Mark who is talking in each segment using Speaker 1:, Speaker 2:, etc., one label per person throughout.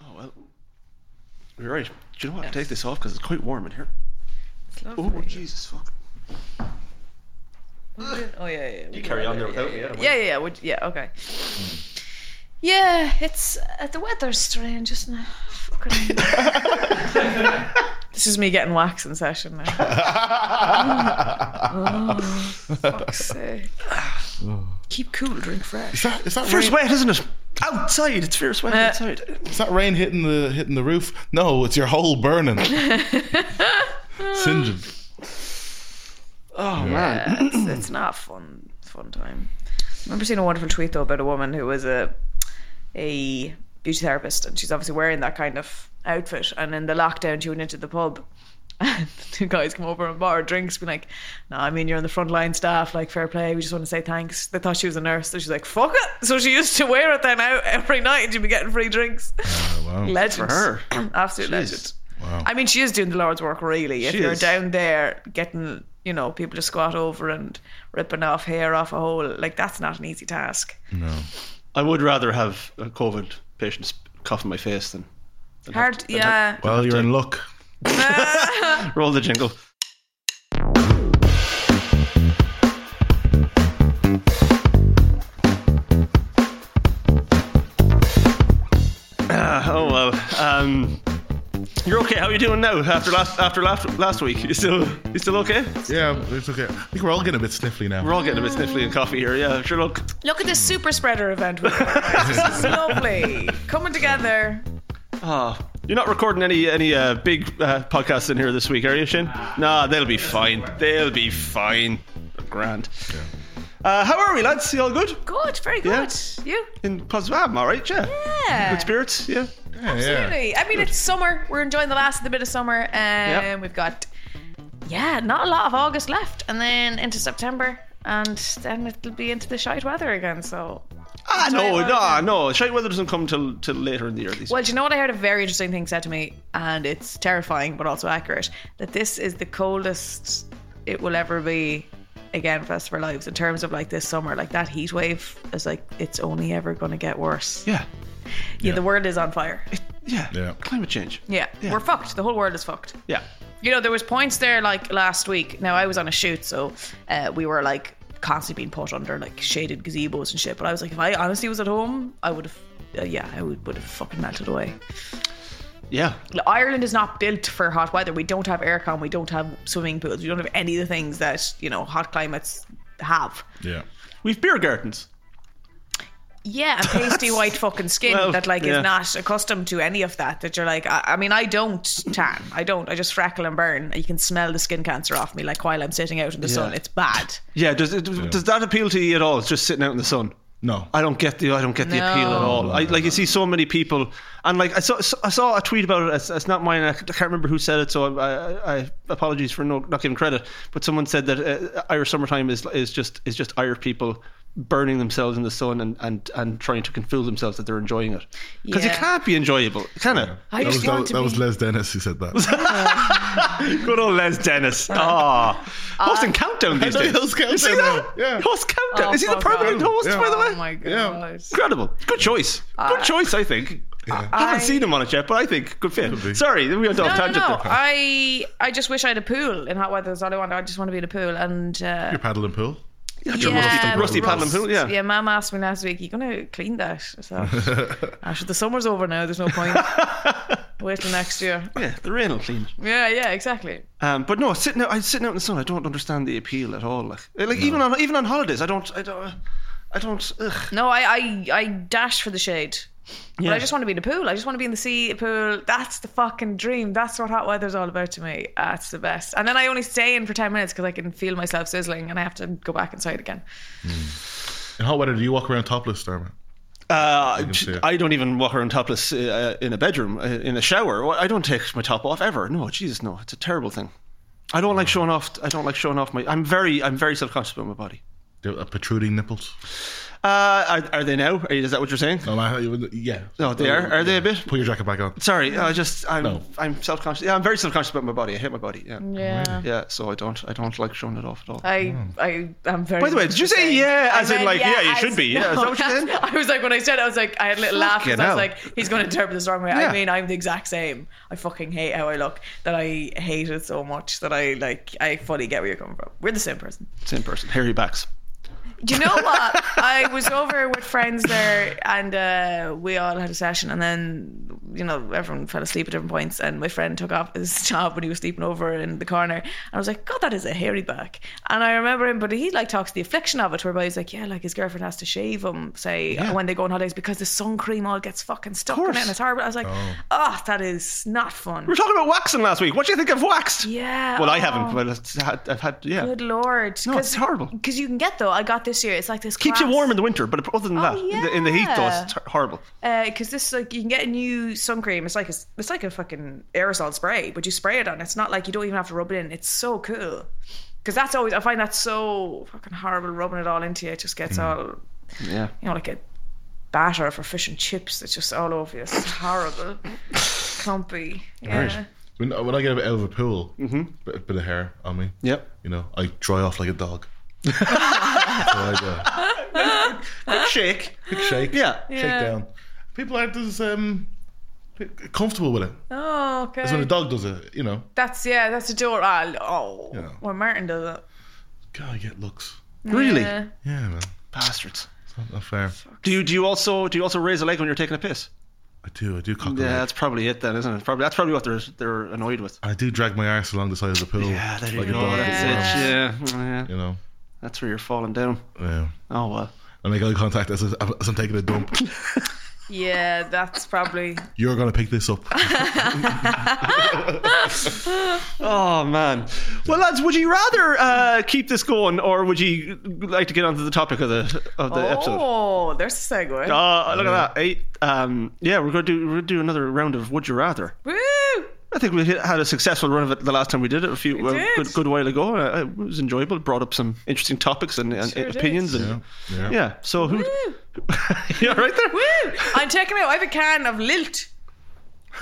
Speaker 1: Oh, Right. Do you know what?
Speaker 2: Yeah.
Speaker 1: Take this off because it's quite warm in here.
Speaker 2: It's
Speaker 1: Oh,
Speaker 2: lovely.
Speaker 1: Jesus, fuck.
Speaker 2: We didn't- Oh yeah, yeah. yeah. We
Speaker 1: You
Speaker 2: did
Speaker 1: carry Mm.
Speaker 2: all
Speaker 1: on
Speaker 2: that,
Speaker 1: there without me,
Speaker 2: yeah,
Speaker 1: I don't
Speaker 2: Yeah, yeah, yeah. would- yeah, okay. Yeah, it's uh, the weather's strange, isn't it? Fucking- this is me getting wax in session now. Fuck's sake. Keep cool, drink fresh.
Speaker 3: Is that, is that
Speaker 1: Fierce
Speaker 3: rain,
Speaker 1: wet, isn't it? Outside. It's fierce wet
Speaker 2: Uh,
Speaker 1: outside.
Speaker 3: is that rain hitting the hitting the roof? No, it's your hole burning. Singeing.
Speaker 1: Oh, man.
Speaker 2: Yeah, it's, it's not a fun fun time. I remember seeing a wonderful tweet though about a woman who was a a beauty therapist and she's obviously wearing that kind of outfit and in the lockdown she went into the pub and two guys come over and bought her drinks being like no I mean you're on the front line staff like fair play we just want to say thanks they thought she was a nurse so she's like fuck it so she used to wear it then out every night and you'd be getting free drinks
Speaker 3: Oh, wow.
Speaker 2: legend
Speaker 1: her.
Speaker 2: absolute legend
Speaker 1: Jeez.
Speaker 3: wow.
Speaker 2: I mean, she is doing the Lord's work, really. If
Speaker 1: She
Speaker 2: you're
Speaker 1: is.
Speaker 2: down there getting, you know, people to squat over and ripping off hair off a hole, like that's not an easy task.
Speaker 3: No.
Speaker 1: I would rather have a COVID patient sp- cough in my face than. than have
Speaker 2: Hard,
Speaker 1: to- than have-
Speaker 2: yeah.
Speaker 3: Well, you're in luck.
Speaker 1: roll the jingle. Ah, oh well. Um, you're okay. How are you doing now? After last after last last week, you still you still okay?
Speaker 3: Yeah, it's okay. I think we're all getting a bit sniffly now.
Speaker 1: We're all getting a bit sniffly and coffee here. Yeah, sure. Look,
Speaker 2: Look at this super spreader event. We've organised. this is lovely. Coming together.
Speaker 1: ah, you're not recording any any uh, big uh, podcasts in here this week, are you, Shane? Nah, they'll be fine. They'll be fine. Grand. Uh, how are we, lads? You all good?
Speaker 2: Good, very
Speaker 1: Yeah.
Speaker 2: good. You?
Speaker 1: In positive, I'm all right, yeah.
Speaker 2: Yeah.
Speaker 1: Good spirits, yeah.
Speaker 3: Yeah, yeah.
Speaker 2: Absolutely. I mean, it's summer. We're enjoying the last of the bit of summer, and
Speaker 1: Yep.
Speaker 2: we've got yeah, not a lot of August left, and then into September, and then it'll be into the shite weather again. So,
Speaker 1: Ah, no,
Speaker 2: Enjoy
Speaker 1: no,
Speaker 2: it.
Speaker 1: no. Shite weather doesn't come till till later in the year. These
Speaker 2: well, do you know what? I heard a very interesting thing said to me, and it's terrifying but also accurate. That this is the coldest it will ever be again for us for lives in terms of like this summer like that heat wave is like it's only ever going to get worse
Speaker 1: yeah,
Speaker 2: yeah the world is on fire
Speaker 1: yeah,
Speaker 3: Yeah.
Speaker 1: Climate change.
Speaker 2: yeah we're fucked the whole world is fucked
Speaker 1: Yeah,
Speaker 2: you know there was points there like last week now i was on a shoot so uh, we were like constantly being put under like shaded gazebos and shit but i was like if i honestly was at home i would have uh, yeah i would, would have fucking melted away
Speaker 1: yeah.
Speaker 2: Like, ireland is not built for hot weather we don't have aircon we don't have swimming pools we don't have any of the things that you know hot climates have
Speaker 3: Yeah.
Speaker 1: We've beer gardens.
Speaker 2: yeah and pasty white fucking skin
Speaker 1: Well,
Speaker 2: that like
Speaker 1: yeah.
Speaker 2: is not accustomed to any of that that you're like I, I mean i don't tan i don't i just freckle and burn you can smell the skin cancer off me like while i'm sitting out in the sun it's bad
Speaker 1: Yeah. Does it, does that appeal to you at all? It's just sitting out in the sun.
Speaker 3: No.
Speaker 1: I don't get the I don't get the appeal at
Speaker 2: No.
Speaker 1: all. I, like you see so many people, and like I saw I saw a tweet about it. It's, it's not mine. I can't remember who said it. So I, I, I apologies for no, not giving credit. But someone said that uh, Irish summertime is is just is just Irish people burning themselves in the sun and and, and trying to confool themselves that they're enjoying it because
Speaker 2: Yeah.
Speaker 1: it can't be enjoyable, can it?
Speaker 2: I
Speaker 3: That was,
Speaker 2: just
Speaker 3: that,
Speaker 2: want
Speaker 3: was-
Speaker 2: to
Speaker 3: that was
Speaker 2: be-
Speaker 3: Les Dennis who said that.
Speaker 1: Good old Les Dennis. Ah,
Speaker 2: Uh,
Speaker 1: hosting countdown these days.
Speaker 3: Host
Speaker 1: You see
Speaker 3: Countdown,
Speaker 1: that?
Speaker 3: yeah.
Speaker 1: Host countdown.
Speaker 2: Oh,
Speaker 1: is he the
Speaker 2: fuck off.
Speaker 1: permanent host?
Speaker 3: Yeah.
Speaker 1: By the way,
Speaker 2: Oh my god. Uh,
Speaker 3: Yeah.
Speaker 1: Incredible. Good choice. Good choice, I think. I haven't
Speaker 2: I-
Speaker 1: seen him on it yet, but I think good
Speaker 3: Could be.
Speaker 1: fit. Sorry, we went off
Speaker 2: No, no,
Speaker 1: tangent
Speaker 2: no. Uh,
Speaker 1: there.
Speaker 2: I I just wish I had a pool in hot weather. That's all I want. I just want to be in a pool. And uh,
Speaker 3: Your paddle and pool.
Speaker 1: Yeah, your rusty, rusty
Speaker 2: roast.
Speaker 1: paddling pool, yeah.
Speaker 2: Yeah, Mum asked me last week, "You gonna clean that?" So actually, the summer's over now. There's no point. Wait till next year.
Speaker 1: Yeah, the rain will clean. it.
Speaker 2: Yeah, yeah, exactly.
Speaker 1: Um, but no, sitting out, I sitting out in the sun. I don't understand the appeal at all. Like, like even on even on holidays, I don't, I don't, I don't. Ugh.
Speaker 2: No, I I, I dash for the shade. But
Speaker 1: Yeah.
Speaker 2: I just want to be in a pool. I just want to be in the sea a pool. That's the fucking dream. That's what hot weather's all about to me. That's the best. And then I only stay in for ten minutes because I can feel myself sizzling, and I have to go back inside again.
Speaker 3: In hot weather, do you walk around topless, Darman?
Speaker 1: Uh,
Speaker 3: see it.
Speaker 1: I don't even walk around topless uh, in a bedroom, uh, in a shower. I don't take my top off ever. No, Jesus, no. It's a terrible thing. I don't
Speaker 3: Mm.
Speaker 1: like showing off. I don't like showing off my. I'm very, I'm very self conscious about my body.
Speaker 3: Do- uh, protruding nipples.
Speaker 1: Uh, are, are they now? Are you, is that what you're saying?
Speaker 3: No, I- you- yeah.
Speaker 1: No, they are. Are they a bit?
Speaker 3: Put your jacket back on.
Speaker 1: Sorry, I just I'm
Speaker 3: No.
Speaker 1: I'm self conscious. Yeah, I'm very self conscious about my body. I hate my body. Yeah,
Speaker 2: Yeah.
Speaker 1: yeah. So I don't I don't like showing it off at all.
Speaker 2: I I am very.
Speaker 1: Hmm. By the way, did you say yeah as in, like, yeah, you
Speaker 2: as-
Speaker 1: should be, yeah, is that what you
Speaker 2: that's-
Speaker 1: said?
Speaker 2: I was like when I said it, I was like I had a little laugh because I was
Speaker 1: Fucking
Speaker 2: like he's going to interpret this wrong way.
Speaker 1: Yeah.
Speaker 2: I mean I'm the exact same. I fucking hate how I look. That I hate it so much that I like I fully get where you're coming from. We're the same person.
Speaker 1: Same person, hairy backs.
Speaker 2: Do you know what? I was over with friends there, and uh, we all had a session. And then, you know, everyone fell asleep at different points. And my friend took off his job when he was sleeping over in the corner. And I was like, God, that is a hairy back. And I remember him, but he like talks the affliction of it, whereby he's like, yeah, like his girlfriend has to shave him, say
Speaker 3: Yeah.
Speaker 2: when they go on holidays because the sun cream all gets fucking stuck in it,
Speaker 1: course.
Speaker 2: and it's horrible. I was like,
Speaker 3: Oh.
Speaker 2: oh, that is not fun.
Speaker 1: We were talking about waxing last week. What do you think of waxed?
Speaker 2: Yeah.
Speaker 1: Well, I
Speaker 2: oh.
Speaker 1: haven't, but it's- I've had yeah.
Speaker 2: Good lord.
Speaker 1: No, it's horrible.
Speaker 2: Because you can get though. I got this year. It's like this
Speaker 1: Keeps you
Speaker 2: glass-
Speaker 1: warm in the winter, but other than that, in, the, in the heat though,
Speaker 2: yeah.
Speaker 1: it's ter- horrible.
Speaker 2: because Uh, this like you can get a new sun cream. It's like a, it's like a fucking aerosol spray, but you spray it on. It's not like you don't even have to rub it in. It's so cool. Because that's always I find that so fucking horrible rubbing it all into you. It just gets all you
Speaker 1: Yeah.
Speaker 2: know like a batter for fish and chips. It's just all over you. It's horrible, clumpy. Yeah.
Speaker 3: Right. When, when I get out of a pool, bit, bit of hair on me.
Speaker 1: Yep.
Speaker 3: You know, I dry off like a dog. so I
Speaker 1: Shake.
Speaker 3: uh, shake.
Speaker 1: Yeah.
Speaker 3: Shake down. People aren't as um, comfortable with it.
Speaker 2: Oh, okay.
Speaker 3: That's when a dog does it. You know,
Speaker 2: that's yeah. That's adorable. Ah, Oh,
Speaker 3: Yeah.
Speaker 2: well, Martin does it.
Speaker 3: God, I get looks.
Speaker 1: Really?
Speaker 2: Yeah.
Speaker 3: Yeah, man.
Speaker 1: Bastards.
Speaker 3: It's not, not fair.
Speaker 1: Do you do you also do you also raise a leg when you're taking a piss?
Speaker 3: I do. I do cock a
Speaker 1: Yeah,
Speaker 3: leg.
Speaker 1: that's probably it then, isn't it? Probably that's probably what they're they're annoyed with.
Speaker 3: I do drag my arse along the side of the pool.
Speaker 1: Yeah, there you
Speaker 3: like a
Speaker 1: go.
Speaker 3: dog.
Speaker 1: That's it. Yeah. yeah,
Speaker 3: You know.
Speaker 1: that's where you're falling down.
Speaker 3: Yeah.
Speaker 1: Oh well.
Speaker 3: I make eye contact as, I- as I'm taking a dump.
Speaker 2: Yeah, that's probably
Speaker 3: You're gonna pick this up.
Speaker 1: Oh man. Well, lads, would you rather uh, keep this going, or would you like to get onto the topic of the of the episode?
Speaker 2: Oh, there's a segue.
Speaker 1: Uh, look at that. Eight. Um, yeah, we're gonna do we're gonna do another round of Would You Rather.
Speaker 2: Woo!
Speaker 1: I think we hit- had a successful run of it the last time we did it a few uh,
Speaker 2: did.
Speaker 1: good, good while ago. Uh, it was enjoyable. Brought up some interesting topics and, and
Speaker 2: Sure did.
Speaker 1: opinions and yeah. So who?
Speaker 2: Woo!
Speaker 1: you all right there?
Speaker 2: Woo! I'm taking out. I have a can of Lilt.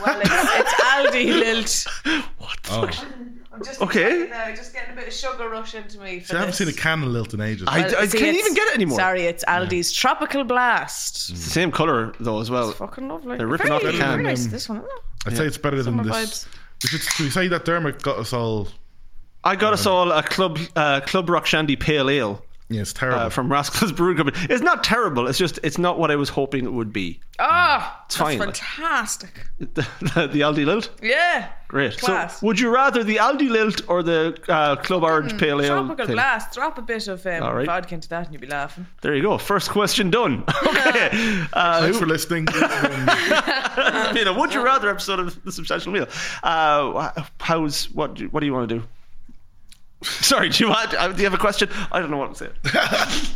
Speaker 2: Well, it's, it's Aldi Lilt.
Speaker 3: Oh.
Speaker 2: I'm just
Speaker 1: Okay.
Speaker 2: Now, just getting a bit of sugar rush into me. For
Speaker 3: I haven't seen a can of Lilt in ages.
Speaker 1: I, I can't even get it anymore.
Speaker 2: Sorry, it's Aldi's Tropical Blast.
Speaker 1: It's the same color though as well.
Speaker 2: Fucking lovely.
Speaker 1: They're ripping off the
Speaker 2: Very-
Speaker 1: can. Mm.
Speaker 2: very nice, this one. isn't it?
Speaker 3: I'd say it's better than
Speaker 2: Summer
Speaker 3: this.
Speaker 2: vibes.
Speaker 3: We should should we say that Dermot got us all.
Speaker 1: I got us all a club uh, club rock shandy pale ale.
Speaker 3: Yeah, it's terrible.
Speaker 1: uh, from Rascals Brewing Company. It's not terrible. It's just it's not what I was hoping it would be.
Speaker 2: Oh, it's
Speaker 1: fine, like-
Speaker 2: fantastic.
Speaker 1: The, the, Aldi Lilt,
Speaker 2: Yeah.
Speaker 1: great.
Speaker 2: Class. Mm,
Speaker 1: So, would you rather the Aldi Lilt or the uh, Club Orange Pale Ale?
Speaker 2: Tropical
Speaker 1: thing?
Speaker 2: Blast. Drop a bit of um,
Speaker 1: All right.
Speaker 2: vodka into that and you'll be laughing.
Speaker 1: There you go. First question done. okay. Uh,
Speaker 2: Oh.
Speaker 3: Thanks for listening. Um,
Speaker 1: it's been a Would you rather episode of the Substantial Meal. Uh, wh- how's what? Do, what do you want to do? Sorry, do you want? uh, Do you have a question? I don't know what to say.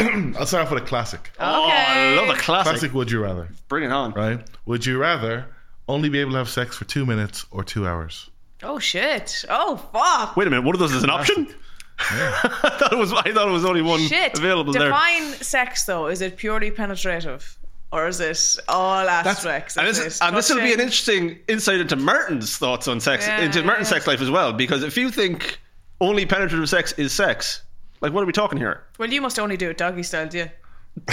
Speaker 3: I'll start off with a classic.
Speaker 1: Oh, I
Speaker 2: Okay.
Speaker 1: love a classic.
Speaker 3: Classic Would You Rather,
Speaker 1: Bring it on.
Speaker 3: right? Would you rather only be able to have sex for two minutes or two hours?
Speaker 2: Oh, shit. Oh, fuck.
Speaker 1: Wait a minute. One of those is an option. I thought it was. I thought it was only one
Speaker 2: Shit.
Speaker 1: available there.
Speaker 2: Define sex though. Is it purely penetrative? Or is it all aspects?
Speaker 1: And
Speaker 2: Is
Speaker 1: this,
Speaker 2: it
Speaker 1: and this will be an
Speaker 2: touching?
Speaker 1: interesting insight into Martin's thoughts on sex,
Speaker 2: Yeah,
Speaker 1: into Martin's
Speaker 2: yeah.
Speaker 1: sex life as well. Because if you think only penetrative sex is sex, like what are we talking here?
Speaker 2: Well, you must only do it doggy style, do you?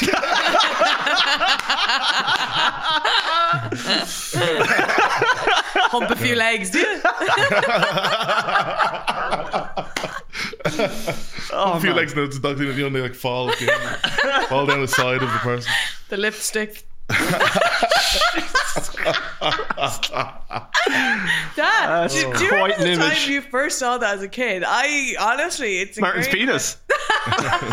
Speaker 2: Hump a few legs, do you?
Speaker 1: Oh,
Speaker 3: A few
Speaker 1: man.
Speaker 3: legs and it's ducking and you only like fall again, fall down the side of the person.
Speaker 2: The lipstick. Dad, do, do you
Speaker 1: quite
Speaker 2: remember the
Speaker 1: an image.
Speaker 2: time you first saw that as a kid? I honestly, it's
Speaker 1: Martin's
Speaker 2: ingrained-
Speaker 1: penis.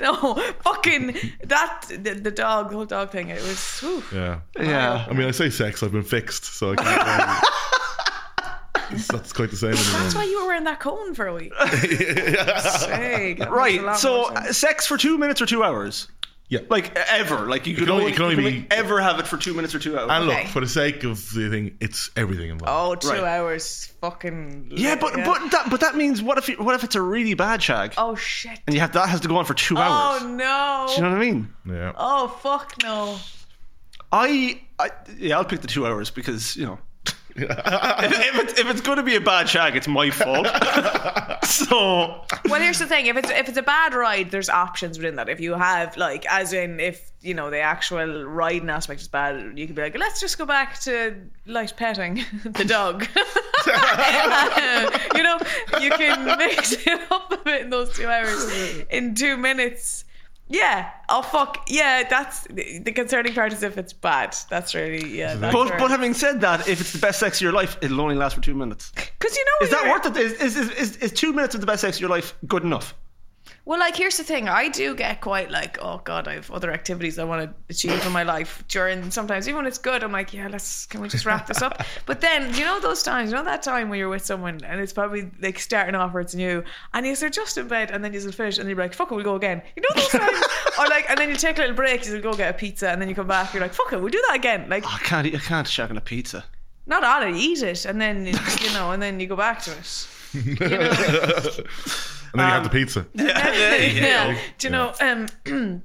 Speaker 2: No, fucking that the, the dog, the whole dog thing. It was. whew.
Speaker 3: Yeah.
Speaker 1: Yeah.
Speaker 3: I mean, I say sex, I've been fixed, so I can't. It's- That's quite the same
Speaker 2: That's why
Speaker 3: anymore.
Speaker 2: you were wearing that cone for a week. Hey, that makes a
Speaker 1: Right.
Speaker 2: lot
Speaker 1: So
Speaker 2: more sense.
Speaker 1: uh, sex for two minutes or two hours.
Speaker 3: Yeah.
Speaker 1: Like ever. Like you, could
Speaker 3: can only-
Speaker 1: only,
Speaker 3: it can only
Speaker 1: you
Speaker 3: be-
Speaker 1: could ever have it for two minutes or two hours.
Speaker 3: And look,
Speaker 2: Okay.
Speaker 3: for the sake of the thing, it's everything involved.
Speaker 2: Oh, two
Speaker 1: Right.
Speaker 2: hours, fucking.
Speaker 1: yeah, but but that but that means what if it, what if it's a really bad shag
Speaker 2: oh shit!
Speaker 1: and you have that has to go on for two hours?
Speaker 2: Oh no!
Speaker 1: Do you know what I mean?
Speaker 3: Yeah.
Speaker 2: Oh fuck no!
Speaker 1: I, I yeah, I'll pick the two hours because you know if it's if it's going to be a bad shag, it's my fault.
Speaker 2: Oh.
Speaker 1: so
Speaker 2: Well, here's the thing: if it's if it's a bad ride, there's options within that. If you have like, as in, if you know the actual riding aspect is bad, you could be like, let's just go back to light petting the dog. you know, you can mix it up a bit in those two hours. In two minutes, yeah. Oh fuck, yeah. That's the the concerning part is if it's bad. That's really yeah. That's
Speaker 1: But, but having said that, if it's the best sex of your life, it'll only last for two minutes.
Speaker 2: because you know
Speaker 1: Is that
Speaker 2: you're-
Speaker 1: worth it? Is, is, is, is, is two minutes of the best sex of your life good enough?
Speaker 2: Well, like here's the thing, I do get quite like, oh god, I have other activities I want to achieve in my life during sometimes even when it's good, I'm like, yeah, let's can we just wrap this up? But then you know those times, you know that time when you're with someone and it's probably like starting off where it's new and you're just in bed and then you'll finish and you're like, fuck it, we'll go again. You know those times, or like, and then you take a little break, you'll go get a pizza and then you come back, you're like, fuck it, we'll do that again. Like,
Speaker 1: I can't eat, I can't shag on a pizza.
Speaker 2: not on it, eat it, and then you know, and then you go back to it.
Speaker 3: and then you
Speaker 2: Um,
Speaker 3: have the pizza.
Speaker 2: yeah.
Speaker 3: yeah.
Speaker 2: Do you know? Um,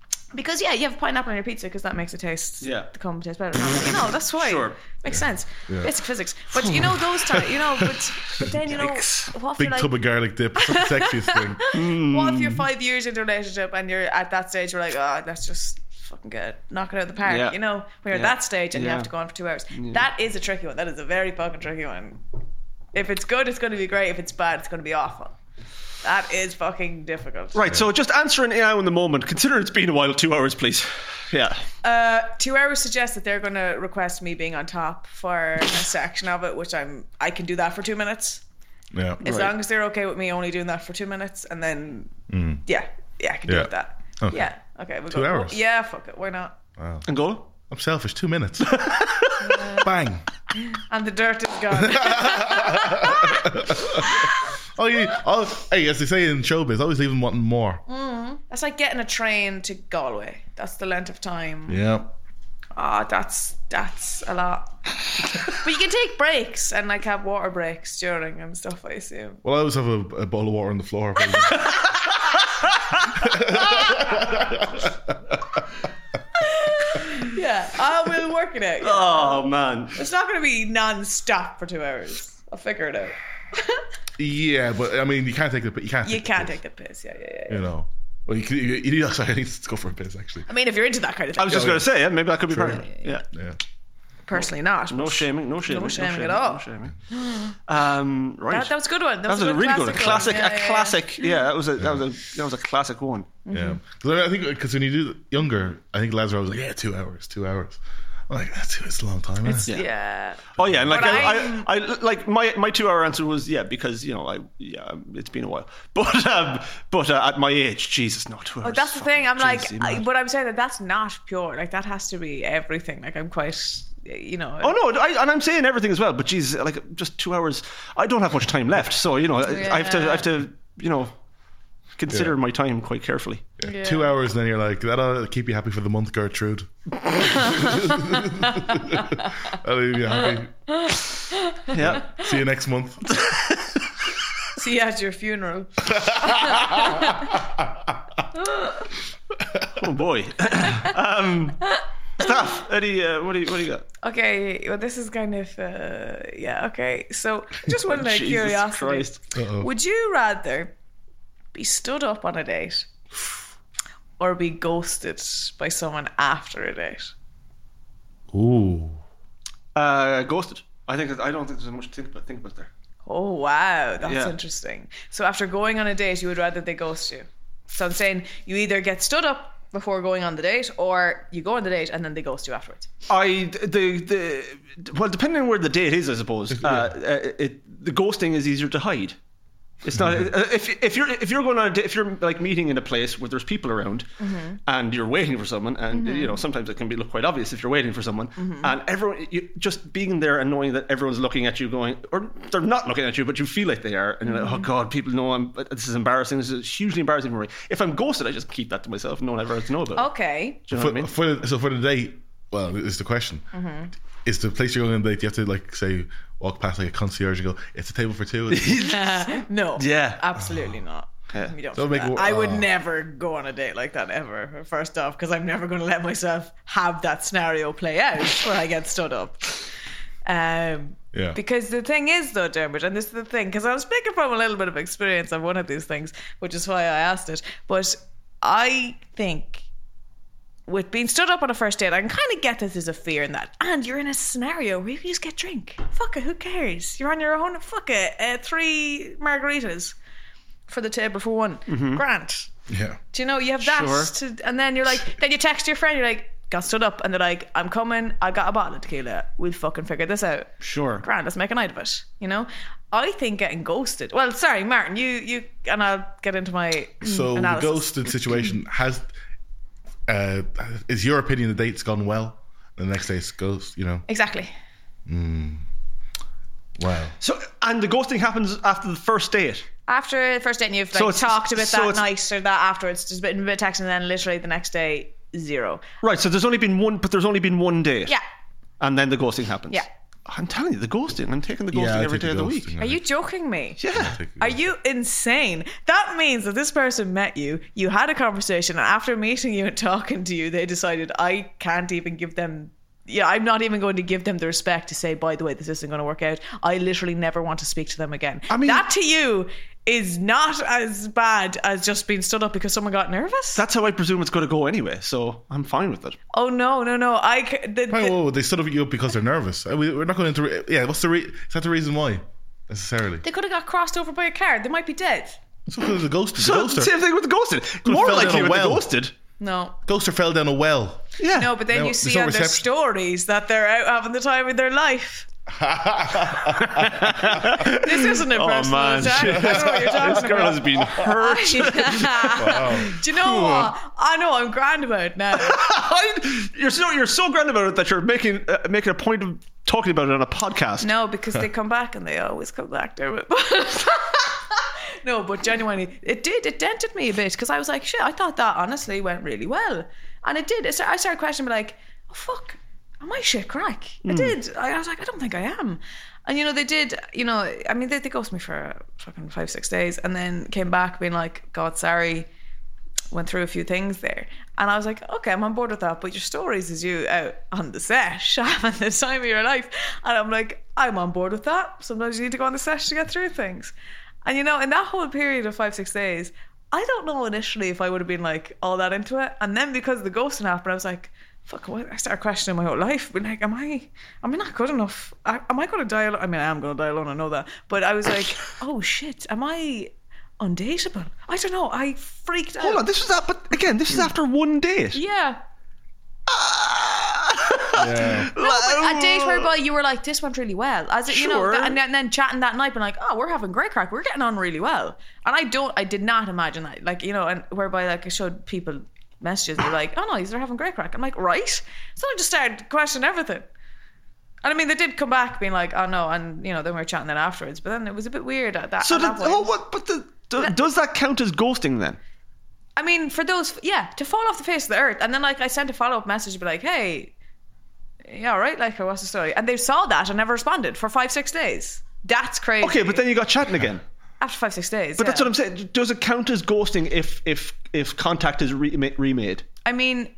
Speaker 2: because yeah, you have pineapple on your pizza because that makes it taste.
Speaker 1: Yeah.
Speaker 2: The combo taste better. no, that's why.
Speaker 1: Sure.
Speaker 2: Makes sense.
Speaker 3: Yeah.
Speaker 2: Basic physics. But you know those times. You know, but, but then you know
Speaker 1: Yikes.
Speaker 2: what if
Speaker 3: Big
Speaker 2: you're like
Speaker 3: tub of garlic dip. It's not the sexiest thing.
Speaker 2: what if you're five years into a relationship and you're at that stage where like oh let's just fucking get knock it out of the park
Speaker 1: Yeah.
Speaker 2: you know when you're at
Speaker 1: Yeah.
Speaker 2: that stage and you
Speaker 1: Yeah.
Speaker 2: have to go on for two hours that is a tricky one that is a very fucking tricky one if it's good it's going to be great if it's bad it's going to be awful that is fucking difficult
Speaker 1: Right, so just answering AI in the moment. Consider it's been a while, two hours, please. Yeah.
Speaker 2: Uh, two hours suggests that they're going to request me being on top for a section of it, which I'm I can do that for two minutes
Speaker 3: Yeah.
Speaker 2: as
Speaker 1: Right.
Speaker 2: long as they're okay with me only doing that for two minutes, and then yeah, yeah, I can
Speaker 3: Yeah.
Speaker 2: do that.
Speaker 3: Okay.
Speaker 2: Yeah, okay, we'll
Speaker 3: Two hours.
Speaker 2: Yeah, fuck it, why not?
Speaker 1: Angola?
Speaker 3: I'm selfish. Two minutes. Bang.
Speaker 2: And the dirt is gone.
Speaker 3: Oh, you, oh, hey, as they say in showbiz, always leave them wanting more.
Speaker 2: Mm. that's like getting a train to Galway. That's the length of time.
Speaker 3: Yeah.
Speaker 2: Ah, that's that's a lot. but you can take breaks and like have water breaks during and stuff. I assume.
Speaker 3: Well, I always have a, a bowl of water on the floor.
Speaker 2: Yeah, I will work it out. yeah.
Speaker 1: Oh, man.
Speaker 2: It's not going to be non-stop for two hours. I'll figure it out.
Speaker 3: yeah, but I mean, you can't take the. You can't.
Speaker 2: You
Speaker 3: take the
Speaker 2: can't
Speaker 3: piss,
Speaker 2: take the piss. Yeah, yeah, yeah. yeah.
Speaker 3: You know. Well, you, can, you, you need. Sorry, I need to go for a piss. Actually.
Speaker 2: I mean, if you're into that kind of
Speaker 1: I
Speaker 2: thing,
Speaker 1: was just
Speaker 3: yeah.
Speaker 1: going to say, yeah, maybe that could be part of
Speaker 3: Sure.
Speaker 1: it. Yeah.
Speaker 3: Yeah.
Speaker 2: personally not.
Speaker 1: No shaming, no shaming.
Speaker 2: shaming at all.
Speaker 1: No shaming. Um, right.
Speaker 2: That, that was a good one. That,
Speaker 1: That was a really good, a classic,
Speaker 2: one. Yeah, yeah,
Speaker 1: a
Speaker 2: yeah.
Speaker 1: classic. Yeah, that was a that was a that was a classic one.
Speaker 2: Mm-hmm.
Speaker 3: Yeah, because I think because when you do younger, I think Lazaro was like, yeah, two hours, two hours. I'm like that's two, it's a long time. It's,
Speaker 2: Yeah.
Speaker 1: Oh yeah, and like
Speaker 2: But
Speaker 1: I, I,
Speaker 2: I'm-
Speaker 1: I, like my my two hour answer was yeah because you know I yeah it's been a while, but um, but uh, at my age, Jesus, no two hours.
Speaker 2: But Oh, that's the thing. I'm
Speaker 1: fucking
Speaker 2: like,
Speaker 1: Jesus,
Speaker 2: I,
Speaker 1: man.
Speaker 2: but I'm saying that that's not pure. Like that has to be everything. Like I'm quite, you know.
Speaker 1: Oh no, I, and I'm saying everything as well. But Jesus, like just two hours. I don't have much time left, so you know I, I have to I have to you know consider
Speaker 3: Yeah.
Speaker 1: my time quite carefully.
Speaker 2: yeah.
Speaker 3: Two hours, and then you're like, that'll keep you happy for the month, Gertrude. that'll leave you happy.
Speaker 1: Yeah,
Speaker 3: See you next month.
Speaker 2: See you at your funeral.
Speaker 1: oh boy. um, staff, Eddie, uh, what do you what do you got?
Speaker 2: Okay. Well, this is kind of, uh, yeah. Okay. So just one like
Speaker 1: Jesus
Speaker 2: curiosity.
Speaker 1: Christ.
Speaker 3: Uh-oh.
Speaker 2: Would you rather be stood up on a date or be ghosted by someone after a date?
Speaker 3: Ooh.
Speaker 1: Uh, ghosted. I think that, I don't think there's much to think about think about there.
Speaker 2: Oh wow, that's
Speaker 1: Yeah.
Speaker 2: interesting. So after going on a date, you would rather they ghost you. So I'm saying you either get stood up before going on the date, or you go on the date and then they ghost you afterwards.
Speaker 1: I the the well, depending on where the date is, I suppose. Uh, uh, it, the ghosting is easier to hide. It's not if if you're if you're going on a da- if you're like meeting in a place where there's people around and you're waiting for someone and you know sometimes it can be look quite obvious if you're waiting for someone and everyone you, just being there and knowing that everyone's looking at you going or they're not looking at you but you feel like they are and you're like oh god people know I'm this is embarrassing this is hugely embarrassing for me if I'm ghosted I just keep that to myself no one ever has to know about it
Speaker 2: Okay.
Speaker 1: do you know
Speaker 3: For,
Speaker 1: what I mean
Speaker 3: for the, so for the date, well, it's the question. Is the place you're going on a date? Do you have to like say walk past like a concierge and go, "It's a table for two.
Speaker 2: no.
Speaker 1: Uh, Yeah.
Speaker 2: Absolutely not.
Speaker 1: Yeah.
Speaker 2: We don't
Speaker 3: Don't
Speaker 2: do
Speaker 3: make
Speaker 2: that.
Speaker 3: wo-
Speaker 2: I would
Speaker 3: oh.
Speaker 2: never go on a date like that ever. First off, because I'm never going to let myself have that scenario play out where I get stood up. Um,
Speaker 3: Yeah.
Speaker 2: Because the thing is, though, Dermot, and this is the thing, because I'm speaking from a little bit of experience on one of these things, which is why I asked it. But I think with being stood up on a first date, I can kind of get this as a fear in that. And you're in a scenario where you can just get drink. Fuck it, who cares? You're on your own. Fuck it. Uh, three margaritas for the table for one. Grant.
Speaker 3: yeah.
Speaker 2: Do you know you have that?
Speaker 1: Sure.
Speaker 2: To, and then you're like, then you text your friend. You're like, got stood up, and they're like, I'm coming. I got a bottle of tequila. We'll fucking figure this out.
Speaker 1: sure
Speaker 2: Grand, let's make a night of it. You know, I think getting ghosted. Well, sorry, Martin, you you, and I'll get into my mm,
Speaker 3: So
Speaker 2: analysis.
Speaker 3: the ghosted situation has. Uh, is your opinion the date's gone well? And the next day it's ghost. You know.
Speaker 2: exactly.
Speaker 3: Wow.
Speaker 1: so and the ghosting happens after the first date
Speaker 2: After the first date, and you've like
Speaker 1: So it's-
Speaker 2: talked about
Speaker 1: so
Speaker 2: that
Speaker 1: it's-
Speaker 2: night or that afterwards, just a bit, a bit of texting, and then literally the next day, zero.
Speaker 1: right so there's only been one but there's only been one date
Speaker 2: Yeah.
Speaker 1: and then the ghosting happens
Speaker 2: Yeah.
Speaker 1: I'm telling you the ghosting I'm taking the ghosting
Speaker 3: I
Speaker 1: every
Speaker 3: take
Speaker 1: day of the
Speaker 3: ghost,
Speaker 1: week
Speaker 3: you know.
Speaker 2: Are you joking me?
Speaker 1: yeah
Speaker 3: Take the
Speaker 2: Are
Speaker 3: ghost.
Speaker 2: you insane? That means that this person met you, you had a conversation, and after meeting you and talking to you, they decided, I can't even give them. Yeah, I'm not even going to give them the respect to say, by the way, this isn't going to work out. I literally never want to speak to them again.
Speaker 1: I mean-
Speaker 2: that to you is not as bad as just being stood up because someone got nervous.
Speaker 1: that's how I presume it's going to go anyway. So I'm fine with it.
Speaker 2: oh, no, no, no. I. c- The, the,
Speaker 3: Wait, whoa, whoa, they stood up at you because they're nervous. Uh, we- We're not going into. Re- yeah, what's the? Re- is that the reason why? Necessarily.
Speaker 2: they could have got crossed over by a car. They might be dead.
Speaker 3: So because the ghosted.
Speaker 1: So
Speaker 3: the ghoster,
Speaker 1: same thing with the ghosted. More
Speaker 3: fell
Speaker 1: likely
Speaker 3: down a
Speaker 1: with
Speaker 3: well.
Speaker 1: the ghosted.
Speaker 2: No.
Speaker 3: ghoster fell down a well.
Speaker 1: Yeah.
Speaker 2: No, but then
Speaker 3: No,
Speaker 2: you see
Speaker 3: there's no
Speaker 2: on their
Speaker 3: reception.
Speaker 2: stories that they're out having the time of their life. This isn't a
Speaker 1: Oh,
Speaker 2: personal
Speaker 1: man.
Speaker 2: attack. I don't know what you're talking
Speaker 1: this girl
Speaker 2: about.
Speaker 1: has been hurt.
Speaker 2: Do you know what? I know I'm grand about it now.
Speaker 1: you're so you're so grand about it that you're making uh, making a point of talking about it on a podcast.
Speaker 2: no, because they come back and they always come back there. no, but genuinely, it did. It dented me a bit because I was like, shit, I thought that honestly went really well. And it did. I started, I started questioning, like, oh, fuck, am I shit crack?
Speaker 1: Hmm.
Speaker 2: I did. I, I was like, I don't think I am. And, you know, they did, you know, I mean, they, they ghosted me for fucking five, six days and then came back being like, God, sorry. went through a few things there. And I was like, okay, I'm on board with that. But your stories is you out on the sesh having the time of your life. And I'm like, I'm on board with that. Sometimes you need to go on the sesh to get through things. And you know, in that whole period of five, six days, I don't know initially if I would have been like all that into it. And then because of the ghosting happened, I was like, fuck, what? I started questioning my whole life. Being like, am I, am I not good enough? I, am I going to die alone? I mean, I am going to die alone. I know that. But I was like, oh shit, am I undateable? I don't know. I freaked out.
Speaker 1: Hold on, this was that, but again, this
Speaker 2: Mm.
Speaker 1: is after one date.
Speaker 2: Yeah.
Speaker 3: Yeah.
Speaker 2: Oh, A date whereby you were like, this went really well. As it, you know,
Speaker 1: Sure.
Speaker 2: that, and, then, then chatting that night, being like, oh, we're having great crack. We're getting on really well. And I don't, I did not imagine that. Like, you know, and whereby like I showed people messages, they're like, oh no, they're having great crack. I'm like, right. So I just started questioning everything. And I mean, they did come back being like, oh no, and you know, then we were chatting then afterwards. But then it was a bit weird at that.
Speaker 1: So
Speaker 2: at
Speaker 1: the,
Speaker 2: that point.
Speaker 1: oh, what? But the, do, does that count as ghosting then?
Speaker 2: I mean, for those, yeah, to fall off the face of the earth. And then, like, I sent a follow up message to be like, hey, yeah, all right, like, what's the story? And they saw that and never responded for five, six days. That's crazy.
Speaker 1: Okay, but then you got chatting again.
Speaker 2: After five, six days.
Speaker 1: But that's what I'm saying. Does it count as ghosting if if if contact is re- ma- remade,
Speaker 2: I mean,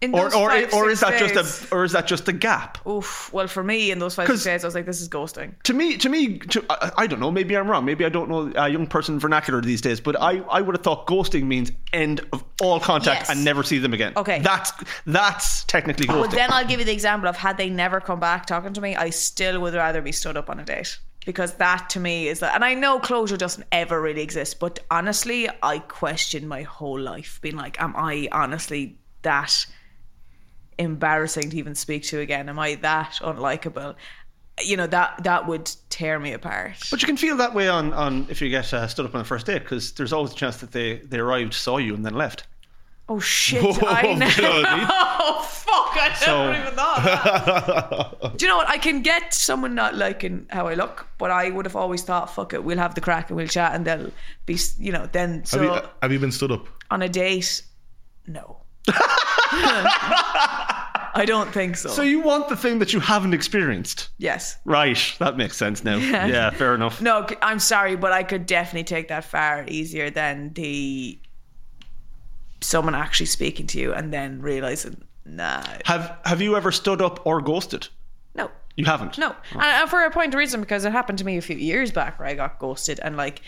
Speaker 2: in
Speaker 1: or
Speaker 2: those
Speaker 1: or
Speaker 2: five,
Speaker 1: or is
Speaker 2: six
Speaker 1: that
Speaker 2: days-
Speaker 1: just a or is that just a gap?
Speaker 2: Oof. Well, for me, in those five,
Speaker 1: 'Cause-
Speaker 2: six days, I was like, this is ghosting.
Speaker 1: to me, to me, to, I, I don't know. Maybe I'm wrong. Maybe I don't know uh, young person vernacular these days. But I, I would have thought ghosting means end of all contact
Speaker 2: Yes.
Speaker 1: and never see them again.
Speaker 2: Okay.
Speaker 1: that's that's technically ghosting.
Speaker 2: But then I'll give you the example of had they never come back talking to me, I still would rather be stood up on a date. Because that to me is that, and I know closure doesn't ever really exist, but honestly, I question my whole life being like, am I honestly that embarrassing to even speak to again? Am I that unlikable? you know that that would tear me apart.
Speaker 1: But you can feel that way on, on if you get uh, stood up on the first date because there's always a chance that they, they arrived, saw you, and then left.
Speaker 2: Oh shit!
Speaker 3: Whoa,
Speaker 2: I know.
Speaker 3: bloody.
Speaker 2: oh fuck! I
Speaker 1: So-
Speaker 2: never even thought. Of that. Do you know what? I can get someone not liking how I look, but I would have always thought, "Fuck it, we'll have the crack and we'll chat, and they'll be, s- you know." Then so
Speaker 3: Have you, uh have you been stood up?
Speaker 2: on a date, no. I don't think so.
Speaker 1: So you want the thing that you haven't experienced.
Speaker 2: yes.
Speaker 1: Right, that makes sense now. Yeah, fair enough.
Speaker 2: No, c- I'm sorry, but I could definitely take that far easier than the someone actually speaking to you and then realizing, nah,
Speaker 1: Have Have you ever stood up or ghosted?
Speaker 2: no,
Speaker 1: You haven't.
Speaker 2: no. And, and for a point of reason, because it happened to me a few years back where I got ghosted and like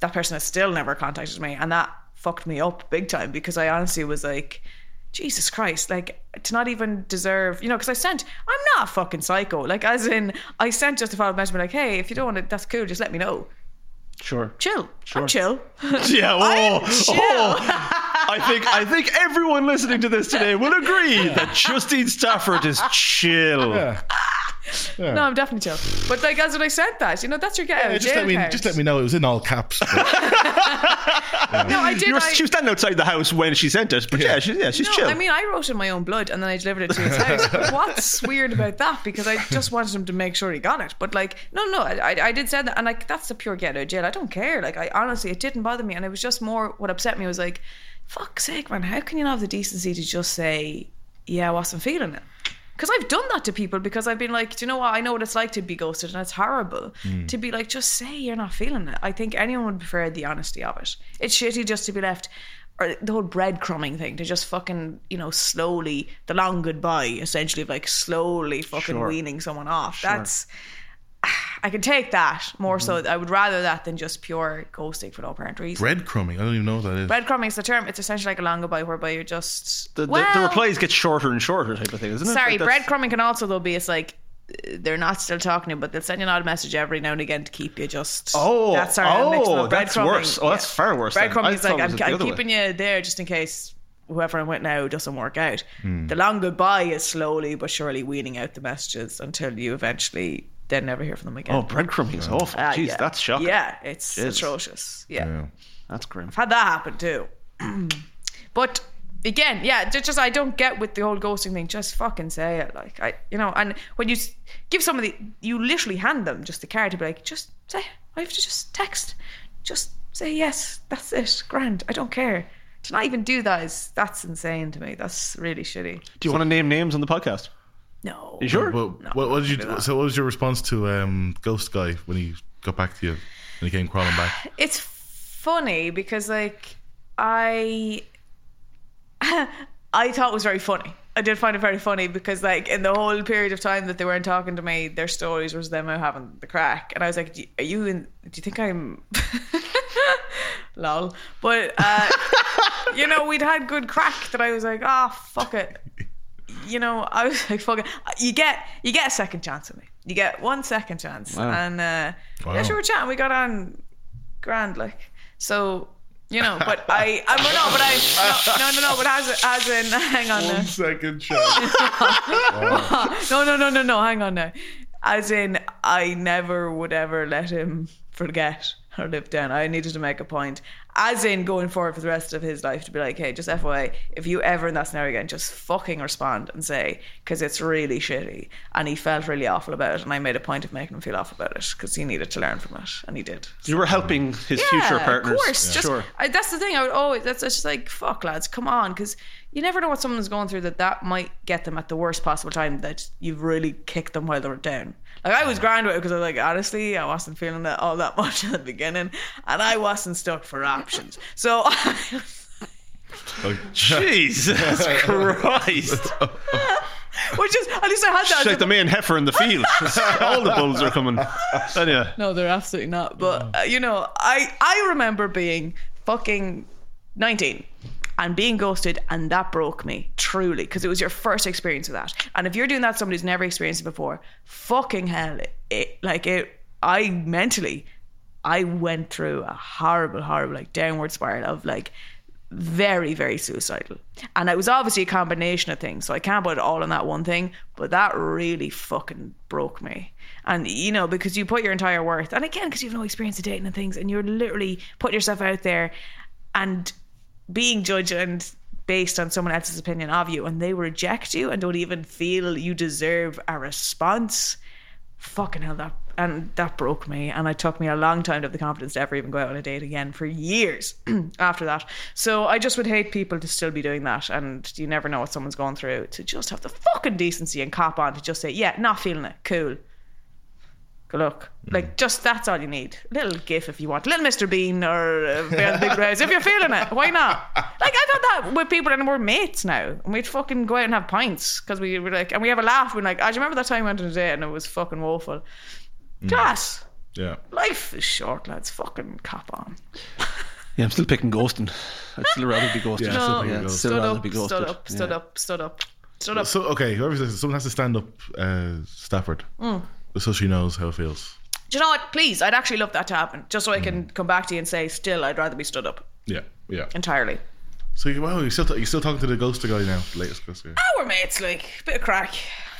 Speaker 2: that person has still never contacted me, and that fucked me up big time because I honestly was like. Jesus Christ, like to not even deserve, you know, because I sent, I'm not a fucking psycho. Like, as in, I sent just a follow up message, like, hey, if you don't want it, that's cool, just let me know.
Speaker 1: Sure.
Speaker 2: Chill. I'm chill.
Speaker 1: Yeah. Oh,
Speaker 2: chill.
Speaker 1: oh. I think I think everyone listening to this today will agree that Justine Stafford is chill.
Speaker 3: Yeah.
Speaker 2: No, I'm definitely chill. But like, as when I said that, you know, that's your get out of
Speaker 3: just
Speaker 2: jail
Speaker 3: let me
Speaker 2: card.
Speaker 3: just let me know it was in all caps. but-
Speaker 2: No, I did.
Speaker 1: You were,
Speaker 2: I,
Speaker 1: she was standing outside the house when she sent it, but yeah,
Speaker 3: Yeah.
Speaker 1: she, yeah she's
Speaker 2: no,
Speaker 1: chill.
Speaker 2: I mean, I wrote in my own blood and then I delivered it to his house. But What's weird about that? Because I just wanted him to make sure he got it. But like, no, no, I, I- I did say that, and like, that's the pure get out of jail. I don't care. Like, I honestly, it didn't bother me, and it was just more what upset me was like, fuck's sake, man, how can you not have the decency to just say, yeah, I wasn't feeling it? Because I've done that to people because I've been like, do you know what? I know what it's like to be ghosted and it's horrible
Speaker 1: Mm.
Speaker 2: to be like, just say you're not feeling it. I think anyone would prefer the honesty of it. It's shitty just to be left, or the whole breadcrumbing thing, to just fucking, you know, slowly, the long goodbye, essentially, of like slowly fucking
Speaker 1: Sure. Mm-hmm.
Speaker 2: weaning someone off. That's, I can take that more so. I would rather that than just pure ghosting for no apparent reason.
Speaker 3: Breadcrumbing. I don't even know what that is.
Speaker 2: breadcrumbing is the term. It's essentially like a long goodbye whereby you're just.
Speaker 1: the, the, the
Speaker 2: well-
Speaker 1: replies get shorter and shorter, type of thing, isn't it?
Speaker 2: Sorry,
Speaker 1: Like, that's-
Speaker 2: breadcrumbing can also though be it's like uh, they're not still talking to you, but they'll send you an odd message every now and again to keep you just.
Speaker 1: Oh,
Speaker 2: that's our mix
Speaker 1: oh,
Speaker 2: of
Speaker 1: that's
Speaker 2: breadcrumbing.
Speaker 1: worse. Oh, that's far worse. then.
Speaker 2: Breadcrumbing
Speaker 1: I
Speaker 2: is
Speaker 1: thought
Speaker 2: like
Speaker 1: it
Speaker 2: I'm,
Speaker 1: was the
Speaker 2: I'm
Speaker 1: other way.
Speaker 2: keeping you there just in case whoever I'm with now doesn't work out.
Speaker 1: Hmm.
Speaker 2: The long goodbye is slowly but surely weaning out the messages until you evenly then never hear from them again.
Speaker 1: Oh, breadcrumbing is awful.
Speaker 2: Ah,
Speaker 1: Jeez,
Speaker 2: yeah.
Speaker 1: that's shocking.
Speaker 2: Yeah, it's
Speaker 1: Jeez.
Speaker 2: atrocious. yeah.
Speaker 3: Yeah.
Speaker 1: That's grim.
Speaker 2: Had that happen too. but again, yeah, ju- just I don't get with the whole ghosting thing. Just fucking say it, like I, you know. And when you s- give somebody, you literally hand them just the card to be like, just say. it. I have to just text. Just say yes. That's it. Grand. I don't care. To not even do that is that's insane to me. That's really shitty.
Speaker 1: Do you want to name names on the podcast?
Speaker 2: No.
Speaker 1: You sure?
Speaker 3: But what, what did you? So what was your response to um, Ghost Guy when he got back to you and he came crawling back?
Speaker 2: it's funny because like I I thought it was very funny. I did find it very funny because like in the whole period of time that they weren't talking to me, their stories was them out having the crack, and I was like, "Do- "Are you in? Do you think I'm?" Lol. But uh, you know, we'd had good crack that I was like, "Ah, fuck it." You know, I was like, "Fuck it." You get you get a second chance with me. You get one second chance,
Speaker 1: Wow.
Speaker 2: and uh,
Speaker 3: Wow.
Speaker 2: yeah, sure, we're chatting. We got on grand, like so. You know, but I, I well, no, but I, no, no, no, no, but as, as in, hang on uh, now.
Speaker 3: second shot.
Speaker 2: No, no, no, no, no, hang on now. As in, I never would ever let him forget or live down. I needed to make a point. As in, going forward for the rest of his life, to be like, hey, just FYI, if you ever in that scenario again, just fucking respond and say, because it's really shitty. And he felt really awful about it, and I made a point of making him feel awful about it, because he needed to learn from it, and he did.
Speaker 1: You were helping his future partners.
Speaker 2: Of course, just
Speaker 1: sure.
Speaker 2: I, that's the thing. I would always that's it's just like fuck lads, come on, because you never know what someone's going through that that might get them at the worst possible time that you've really kicked them while they're down. Like I was grand with it because I was like honestly I wasn't feeling that all that much at the beginning, and I wasn't stuck for options. So
Speaker 1: Jesus Christ!
Speaker 2: which is at least I had that. as
Speaker 1: It's
Speaker 2: a
Speaker 1: like the main heifer in the field. All the bulls are coming. Anyway,
Speaker 2: No, they're absolutely not. But uh, you know, I I remember being fucking nineteen and being ghosted, and that broke me truly because it was your first experience of that. And if you're doing that, to somebody who's never experienced it before, fucking hell, it, it like it. I mentally, I went through a horrible, horrible like downward spiral of like very, very suicidal. And it was obviously a combination of things. So I can't put it all on that one thing, but that really fucking broke me. And, you know, because you put your entire worth, and again, because you have no experience of dating and things, and you're literally putting yourself out there and being judged and based on someone else's opinion of you, and they reject you and don't even feel you deserve a response. Fucking hell, that and that broke me, and it took me a long time to have the confidence to ever even go out on a date again for years after that. So I just would hate people to still be doing that, and you never know what someone's going through. To just have the fucking decency and cop on to just say, "Yeah, not feeling it, cool." Good luck.
Speaker 3: Mm.
Speaker 2: Like, just that's all you need. Little gif if you want. Little Mr. Bean or uh, Bear the Big Brows if you're feeling it. Why not? Like, I've had that with people and we're mates now. And we'd fucking go out and have pints because we were like, and we have a laugh. We're like, oh, do you remember that time we went on a date and it was fucking woeful?
Speaker 3: Mm.
Speaker 2: Class.
Speaker 3: Yeah.
Speaker 2: Life is short, lads. Fucking cop on.
Speaker 1: Yeah, I'm still picking ghosting. I'd still rather be ghosted.
Speaker 3: Yeah, still
Speaker 2: No,
Speaker 3: think it goes.
Speaker 1: still rather be
Speaker 2: stood, up, stood
Speaker 1: ghosted.
Speaker 2: up, stood
Speaker 1: Yeah.
Speaker 2: up, stood up, stood up.
Speaker 3: So okay, whoever says someone has to stand up, uh, Stafford, so she knows how it feels.
Speaker 2: Do you know what? Please, I'd actually love that to happen. Just so I can
Speaker 3: Mm.
Speaker 2: come back to you and say, still, I'd rather be stood up
Speaker 3: Yeah, yeah.
Speaker 2: entirely.
Speaker 3: So you, wow, you're still you're still talking to the ghoster guy now, the latest ghoster guy.
Speaker 2: Our mates, like, bit of crack,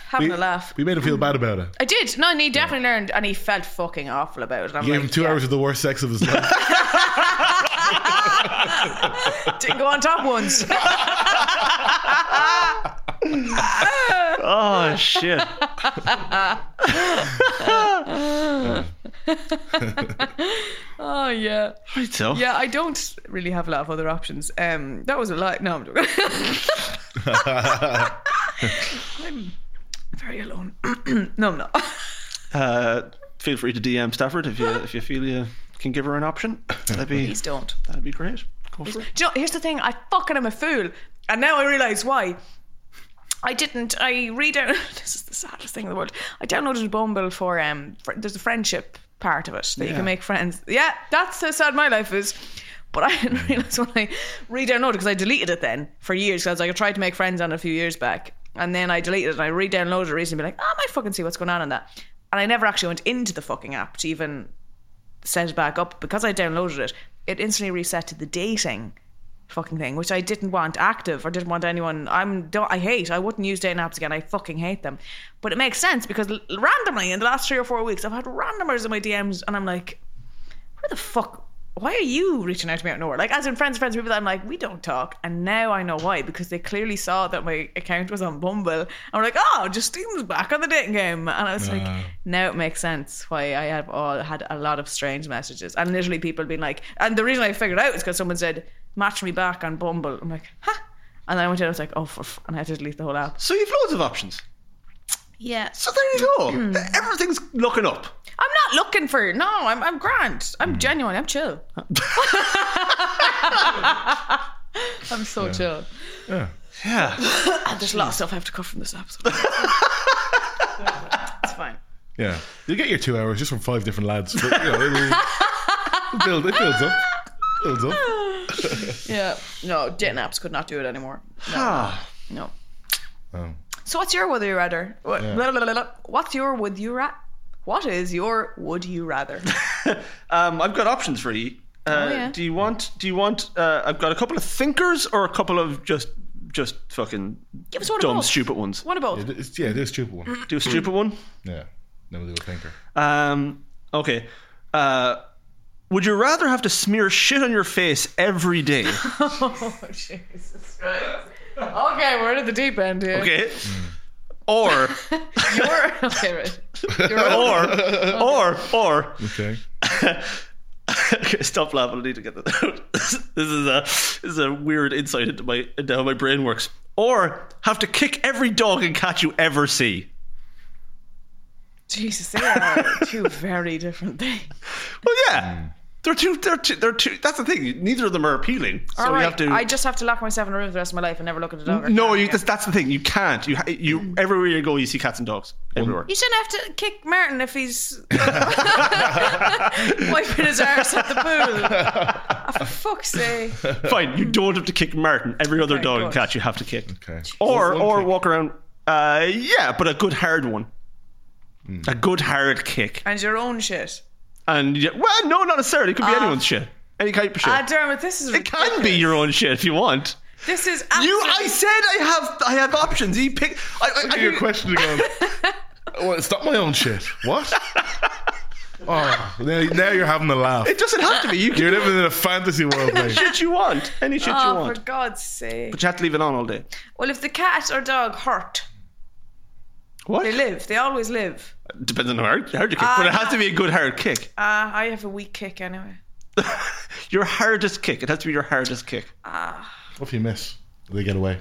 Speaker 2: having a laugh.
Speaker 3: We made him feel bad about it.
Speaker 2: I did. No, and he definitely learned, and he felt fucking awful about it. I'm
Speaker 3: Gave
Speaker 2: like,
Speaker 3: him two
Speaker 2: yeah.
Speaker 3: hours of the worst sex of his life.
Speaker 2: Didn't go on top once.
Speaker 1: Oh shit!
Speaker 2: oh yeah,
Speaker 1: Right so.
Speaker 2: yeah. I don't really have a lot of other options. Um, that was a lie. No, I'm joking. I'm very alone. no, I'm not.
Speaker 1: Uh, feel free to DM Stafford if you if you feel you can give her an option. That'd be
Speaker 2: Please don't.
Speaker 1: that'd be great. Go for it.
Speaker 2: Do you know, here's the thing. I fucking am a fool, and now I realise why. I didn't. I read out. This is the saddest thing in the world. I downloaded Bumble for um. fr there's a friendship part of it that you
Speaker 1: Yeah.
Speaker 2: can make friends. Yeah, that's how sad my life is. But I didn't realize when I re-downloaded because I deleted it then for years because like I tried to make friends on it a few years back and then I deleted it and I re-downloaded it recently and be like oh, I might fucking see what's going on in that and I never actually went into the fucking app to even set it back up because I downloaded it. It instantly reset to the dating fucking thing, which I didn't want active or didn't want anyone. I'm don't I hate. I wouldn't use dating apps again. I fucking hate them. But it makes sense because l- randomly in the last three or four weeks, I've had randomers in my DMs, and I'm like, where the fuck? Why are you reaching out to me out of nowhere? Like, as in friends, friends, people that I'm like, we don't talk. And now I know why, because they clearly saw that my account was on Bumble. And were like, oh, Justine's back on the dating game. And I was
Speaker 3: Ah.
Speaker 2: like, now it makes sense why I have all had a lot of strange messages. And literally people being like, and the reason I figured out is because someone said, match me back on Bumble. I'm like, huh? And then I went in, I was like, oh, for f-, and I had to delete the whole app.
Speaker 1: So you've loads of options.
Speaker 2: Yeah.
Speaker 1: So there you
Speaker 2: Hmm.
Speaker 1: go. Everything's looking up.
Speaker 2: I'm not looking for no. I'm I'm grand.
Speaker 1: Mm.
Speaker 2: I'm genuine. I'm chill. I'm so chill.
Speaker 3: Yeah.
Speaker 1: Yeah.
Speaker 2: Ah, there's a lot of stuff I have to cut from this episode. it's fine.
Speaker 3: Yeah, you get your two hours just from five different lads. But, you know, it'll, it'll build, it builds up, builds up.
Speaker 2: Yeah. No, dating apps could not do it anymore.
Speaker 1: Ah.
Speaker 2: No.
Speaker 3: Oh.
Speaker 2: So what's your would you rather? What-
Speaker 3: Yeah.
Speaker 2: blah, blah, blah, blah. What's your would you rather? What is your would you rather?
Speaker 1: Um, I've got options for you. Uh,
Speaker 2: Oh, yeah.
Speaker 1: Do you want? Do you want? Uh, I've got a couple of thinkers or a couple of just just fucking
Speaker 2: Give us one of
Speaker 1: dumb
Speaker 2: both. Hmm.
Speaker 1: stupid ones.
Speaker 2: One of both.
Speaker 3: It's, yeah, there's a stupid one.
Speaker 1: Do a stupid one.
Speaker 3: Yeah, then we'll do a thinker.
Speaker 1: Um, okay. Uh, would you rather have to smear shit on your face every day?
Speaker 2: Oh Jesus Christ. Okay, we're at the deep end here.
Speaker 1: Okay. Or,
Speaker 2: You're okay, right.
Speaker 1: or, or, or.
Speaker 3: Okay.
Speaker 1: Okay, stop laughing. I need to get that out. this is a this is a weird insight into my into how my brain works. Or have to kick every dog and cat you ever see.
Speaker 2: Jesus, they are two very different things.
Speaker 1: Well, yeah, they're two. They're two. They're two. That's the thing. Neither of them are appealing. So
Speaker 2: All right,
Speaker 1: you have to.
Speaker 2: I just have to lock myself in a room for the rest of my life and never look at a dog. or
Speaker 1: no, you,
Speaker 2: cat again.
Speaker 1: that's, that's the thing. You can't. You ha- you
Speaker 2: Mm.
Speaker 1: everywhere you go, you see cats and dogs everywhere.
Speaker 2: You shouldn't have to kick Martin if he's wiping his arse at the pool. Oh, for fuck's sake.
Speaker 1: Fine, you don't have to kick Martin. Every other
Speaker 2: Right,
Speaker 1: dog
Speaker 2: good.
Speaker 1: and cat you have to kick.
Speaker 3: Okay.
Speaker 1: Or
Speaker 3: One
Speaker 1: or
Speaker 3: kick.
Speaker 1: walk around. Uh, yeah, but a good hard one. A good hard kick.
Speaker 2: And your own shit. Uh,
Speaker 1: And yeah, well, no, not necessarily. It could be anyone's shit. Any type of shit.
Speaker 2: Ah, Dermot, this is
Speaker 1: it can be your own shit if you want.
Speaker 2: This is
Speaker 1: You,
Speaker 2: absolutely-
Speaker 1: I said I have, I have options. You pick. I, I, I,
Speaker 3: Look at your question again. well, it's not my own shit. What? Oh, now, now you're having a laugh.
Speaker 1: It doesn't have to be. You can
Speaker 3: You're living in a fantasy world, mate.
Speaker 1: shit you want. Any shit you
Speaker 2: Oh,
Speaker 1: want.
Speaker 2: for God's sake!
Speaker 1: But you have to leave it on all day.
Speaker 2: Well, if the cat or dog hurt,
Speaker 1: What?
Speaker 2: they live. They always live.
Speaker 1: Depends on how hard, hard you kick.
Speaker 2: Uh,
Speaker 1: but it has to be a good hard kick.
Speaker 2: Ah, I have a weak kick anyway.
Speaker 1: your hardest kick. It has to be your hardest kick.
Speaker 3: What if you miss? They get away.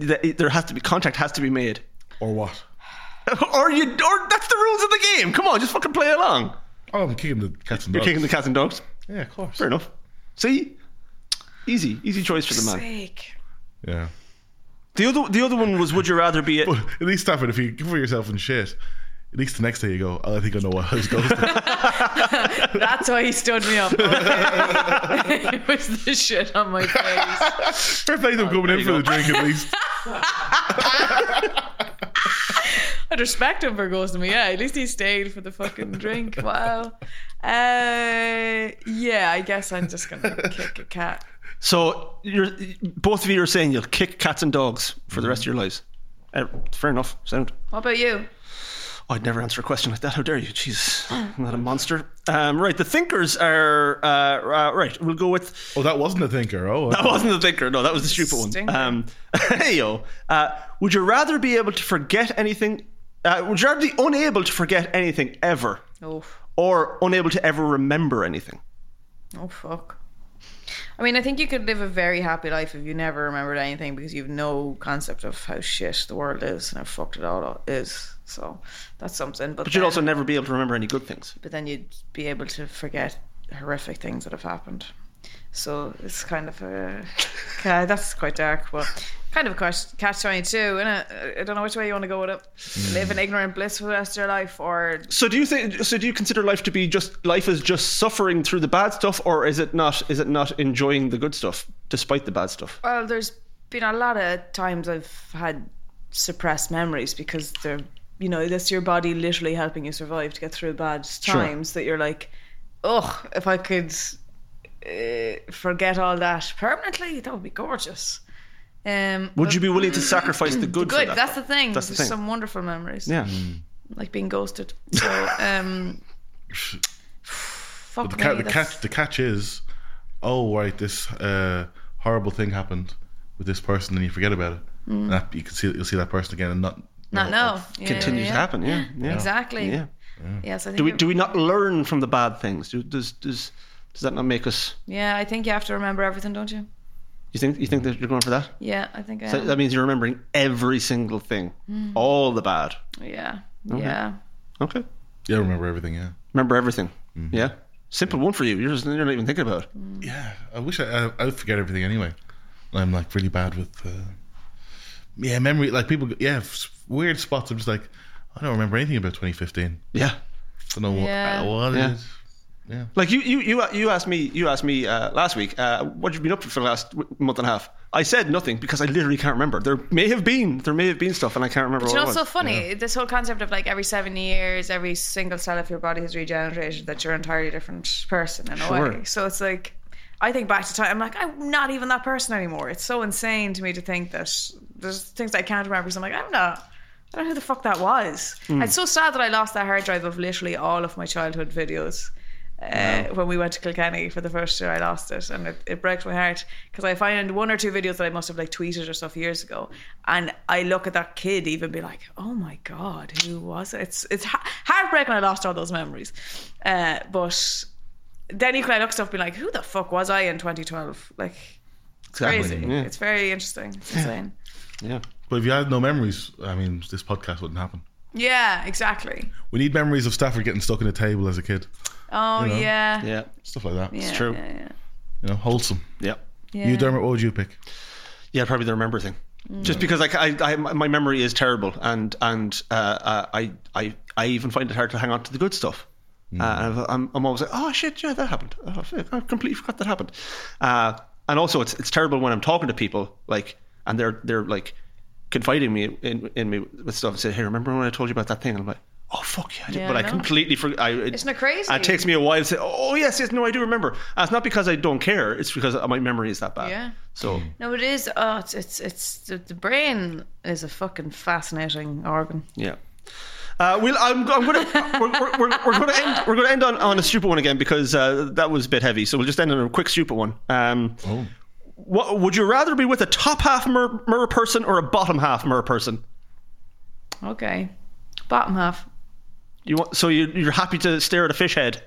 Speaker 1: Th- There has to be contact has to be made.
Speaker 3: Or what?
Speaker 1: Or you, or that's the rules of the game. Come on, just fucking play along.
Speaker 3: Oh, I'm kicking the cats and
Speaker 1: You're
Speaker 3: dogs.
Speaker 1: kicking the cats and dogs.
Speaker 3: Yeah, of course.
Speaker 1: Fair enough. See, easy, easy choice for the man.
Speaker 2: Sake.
Speaker 3: Yeah.
Speaker 1: The other, the other one was would you rather be a,
Speaker 3: But at least stop it. If you cover yourself in shit, at least the next day you go, oh, I think I know what I was going to.
Speaker 2: That's why he stood me up. Okay. it was the shit on my face.
Speaker 3: Fair play to him coming
Speaker 1: there
Speaker 3: in
Speaker 1: you
Speaker 3: for
Speaker 1: go.
Speaker 3: the drink at least.
Speaker 2: I'd respect him for ghosting me. Yeah, at least he stayed for the fucking drink. Wow. Uh, yeah, I guess I'm just gonna kick a cat.
Speaker 1: So you're both of you are saying you'll kick cats and dogs for the rest of your lives. Uh, fair enough. Sound.
Speaker 2: What about you?
Speaker 1: I'd never answer a question like that. How dare you? Jeez, I'm not a monster. Um, right, the thinkers are uh, uh, right. We'll go with
Speaker 3: Oh, that wasn't a thinker. Oh,
Speaker 1: that wasn't the thinker. No, that was the stupid one.
Speaker 2: Stinker.
Speaker 1: Um, hey yo, uh, would you rather be able to forget anything? Uh, would you rather be unable to forget anything ever,
Speaker 2: Oh,
Speaker 1: or unable to ever remember anything?
Speaker 2: oh fuck. I mean, I think you could live a very happy life if you never remembered anything because you've no concept of how shit the world is and how fucked it all is. So that's something. But,
Speaker 1: But you'd
Speaker 2: then-
Speaker 1: also never be able to remember any good things.
Speaker 2: but then you'd be able to forget horrific things that have happened. So it's kind of a okay, that's quite dark, but kind of a catch, catch twenty two. And I don't know which way you want to go with it. Live in ignorant bliss for the rest of your life, or
Speaker 1: So do you think? So do you consider life to be just life is just suffering through the bad stuff, or is it not? Is it not enjoying the good stuff despite the bad stuff?
Speaker 2: well, there's been a lot of times I've had suppressed memories because they're you know that's your body literally helping you survive to get through bad times that you're like, oh, if I could uh, forget all that permanently, that would be gorgeous. Um,
Speaker 1: Would you be willing to sacrifice the good?
Speaker 2: good.
Speaker 1: For that?
Speaker 2: That's the thing.
Speaker 1: That's the
Speaker 2: There's
Speaker 1: thing.
Speaker 2: some wonderful memories.
Speaker 1: yeah.
Speaker 2: Like being ghosted. So, um, fuck
Speaker 3: the,
Speaker 2: me.
Speaker 3: ca- the,
Speaker 2: that's-
Speaker 3: catch, the catch is, oh, right, this uh, horrible thing happened with this person and you forget about it.
Speaker 2: Mm.
Speaker 3: And that, you can see, you'll see that person again and not,
Speaker 2: Not no. Yeah,
Speaker 1: Continues
Speaker 2: yeah,
Speaker 1: to happen. Yeah. yeah.
Speaker 2: Exactly.
Speaker 1: Yeah.
Speaker 2: Yes, I think.
Speaker 1: Do we
Speaker 2: it-
Speaker 1: do we not learn from the bad things? Do, does does does that not make us?
Speaker 2: yeah, I think you have to remember everything, don't you?
Speaker 1: You think you think that you're going for that?
Speaker 2: Yeah, I think um, I
Speaker 1: So
Speaker 2: am.
Speaker 1: that means you're remembering every single thing,
Speaker 2: Hmm.
Speaker 1: all the bad.
Speaker 2: yeah. Yeah.
Speaker 1: Okay.
Speaker 3: yeah, remember everything, yeah.
Speaker 1: Remember everything. Yeah. Simple one for you. You're just you're not even thinking about. it.
Speaker 2: Mm.
Speaker 3: Yeah, I wish I, I, I would forget everything anyway. I'm like really bad with, uh, yeah, memory. Like people, yeah, s- weird spots. I'm just like, I don't remember anything about 2015.
Speaker 1: Yeah.
Speaker 3: don't know uh,
Speaker 2: Yeah.
Speaker 3: what, what it
Speaker 1: Yeah.
Speaker 3: is.
Speaker 1: Like you, you, you, you asked me, you asked me uh, last week, uh, what you've been up to for the last w- month and a half. I said nothing because I literally can't remember. There may have been, there may have been stuff, and I can't remember what
Speaker 2: Do you know
Speaker 1: it
Speaker 2: what's
Speaker 1: was.
Speaker 2: so funny? This whole concept of like every seven years, every single cell of your body has regenerated, that you're an entirely different person in a way.
Speaker 1: Sure.
Speaker 2: So it's like, I think back to time, I'm like, I'm not even that person anymore. It's so insane to me to think that there's things I can't remember. So I'm like, I'm not. I don't know who the fuck that was.
Speaker 1: Hmm.
Speaker 2: And It's so sad that I lost that hard drive of literally all of my childhood videos. Uh, When we went to Kilkenny for the first year, I lost it, and it, it breaks my heart because I find one or two videos that I must have like tweeted or stuff years ago, and I look at that kid even be like, "Oh my god, who was it?" It's it's ha- heartbreaking. I lost all those memories, uh, but then you can look at stuff and be like, "Who the fuck was I in 2012?" Like it's crazy.
Speaker 1: yeah.
Speaker 2: It's very interesting. It's insane.
Speaker 1: Yeah,
Speaker 3: But if you had no memories, I mean, this podcast wouldn't happen.
Speaker 2: yeah, exactly.
Speaker 3: We need memories of Stafford getting stuck in a table as a kid,
Speaker 2: Oh
Speaker 3: You know?
Speaker 2: yeah.
Speaker 1: yeah,
Speaker 3: stuff like that.
Speaker 2: Yeah,
Speaker 1: true.
Speaker 2: Yeah, yeah.
Speaker 3: You know, wholesome.
Speaker 1: yeah,
Speaker 2: Yeah.
Speaker 3: You, Dermot, what would you pick?
Speaker 1: yeah. Probably the remember thing. Just because like, I, I, my memory is terrible, and and uh, uh, I, I, I even find it hard to hang on to the good stuff. Uh, and I've- I'm, I'm always like, oh shit, yeah, that happened. Oh, fuck, I completely forgot that happened. Uh, and also, it's it's terrible when I'm talking to people like, and they're they're like confiding me in in me with stuff and say, hey, remember when I told you about that thing? And I'm like, oh fuck yeah, I did.
Speaker 2: Yeah,
Speaker 1: but
Speaker 2: I
Speaker 1: I,
Speaker 2: know.
Speaker 1: completely forgot. I, it,
Speaker 2: Isn't it crazy?
Speaker 1: and it takes me a while to say, oh yes, yes, no, I do remember. And it's not because I don't care; it's because my memory is that bad.
Speaker 2: Yeah.
Speaker 1: So
Speaker 2: No, it is. Oh, it's it's it's the, the brain is a fucking fascinating organ.
Speaker 1: yeah. Uh, we'll, I'm, I'm gonna we're, we're, we're, we're gonna end we're gonna end on, on a stupid one again because uh, that was a bit heavy. So we'll just end on a quick stupid one. Um,
Speaker 3: Oh.
Speaker 1: what, would you rather be with a top half mer, mer person or a bottom half mer person?
Speaker 2: Okay, bottom half.
Speaker 1: You want, so you, you're happy to stare at a fish head?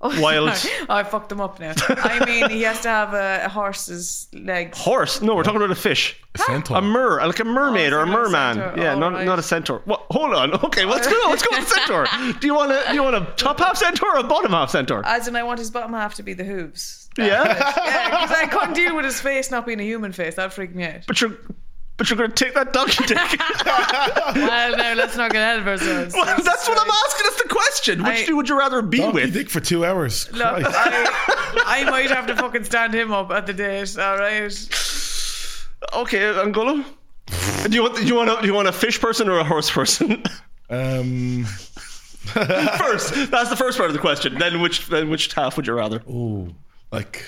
Speaker 2: Oh,
Speaker 1: Wild.
Speaker 2: sorry. Oh, I fucked him up now. I mean, he has to have a, a horse's legs.
Speaker 1: Horse? No, we're talking about a fish.
Speaker 3: A centaur.
Speaker 1: A mer, like a mermaid
Speaker 2: Oh,
Speaker 1: or a
Speaker 2: it's not a
Speaker 1: merman.
Speaker 2: centaur.
Speaker 1: yeah,
Speaker 2: Oh,
Speaker 1: not
Speaker 2: right.
Speaker 1: not a centaur. What? Hold on. Okay, let's go. Let's go with centaur. Do you want a do you want a top half centaur or a bottom half centaur?
Speaker 2: As in, I want his bottom half to be the hooves.
Speaker 1: yeah,
Speaker 2: Yeah, because I couldn't deal with his face not being a human face. That freaked me out.
Speaker 1: but you're but you're gonna take that donkey dick.
Speaker 2: Well, no, let's not get ahead of ourselves.
Speaker 1: Well,
Speaker 2: Jesus
Speaker 1: that's what I'm
Speaker 2: Christ.
Speaker 1: asking. That's the question. Which
Speaker 2: I-
Speaker 1: two would you rather be
Speaker 3: Donkey
Speaker 1: with?
Speaker 3: dick for two hours.
Speaker 2: Look,
Speaker 3: Christ.
Speaker 2: I, I might have to fucking stand him up at the date. All right.
Speaker 1: Okay, Angola. Do you want do you want a, do you want a fish person or a horse person?
Speaker 3: Um.
Speaker 1: first, that's the first part of the question. Then which then which half would you rather?
Speaker 3: Oh, like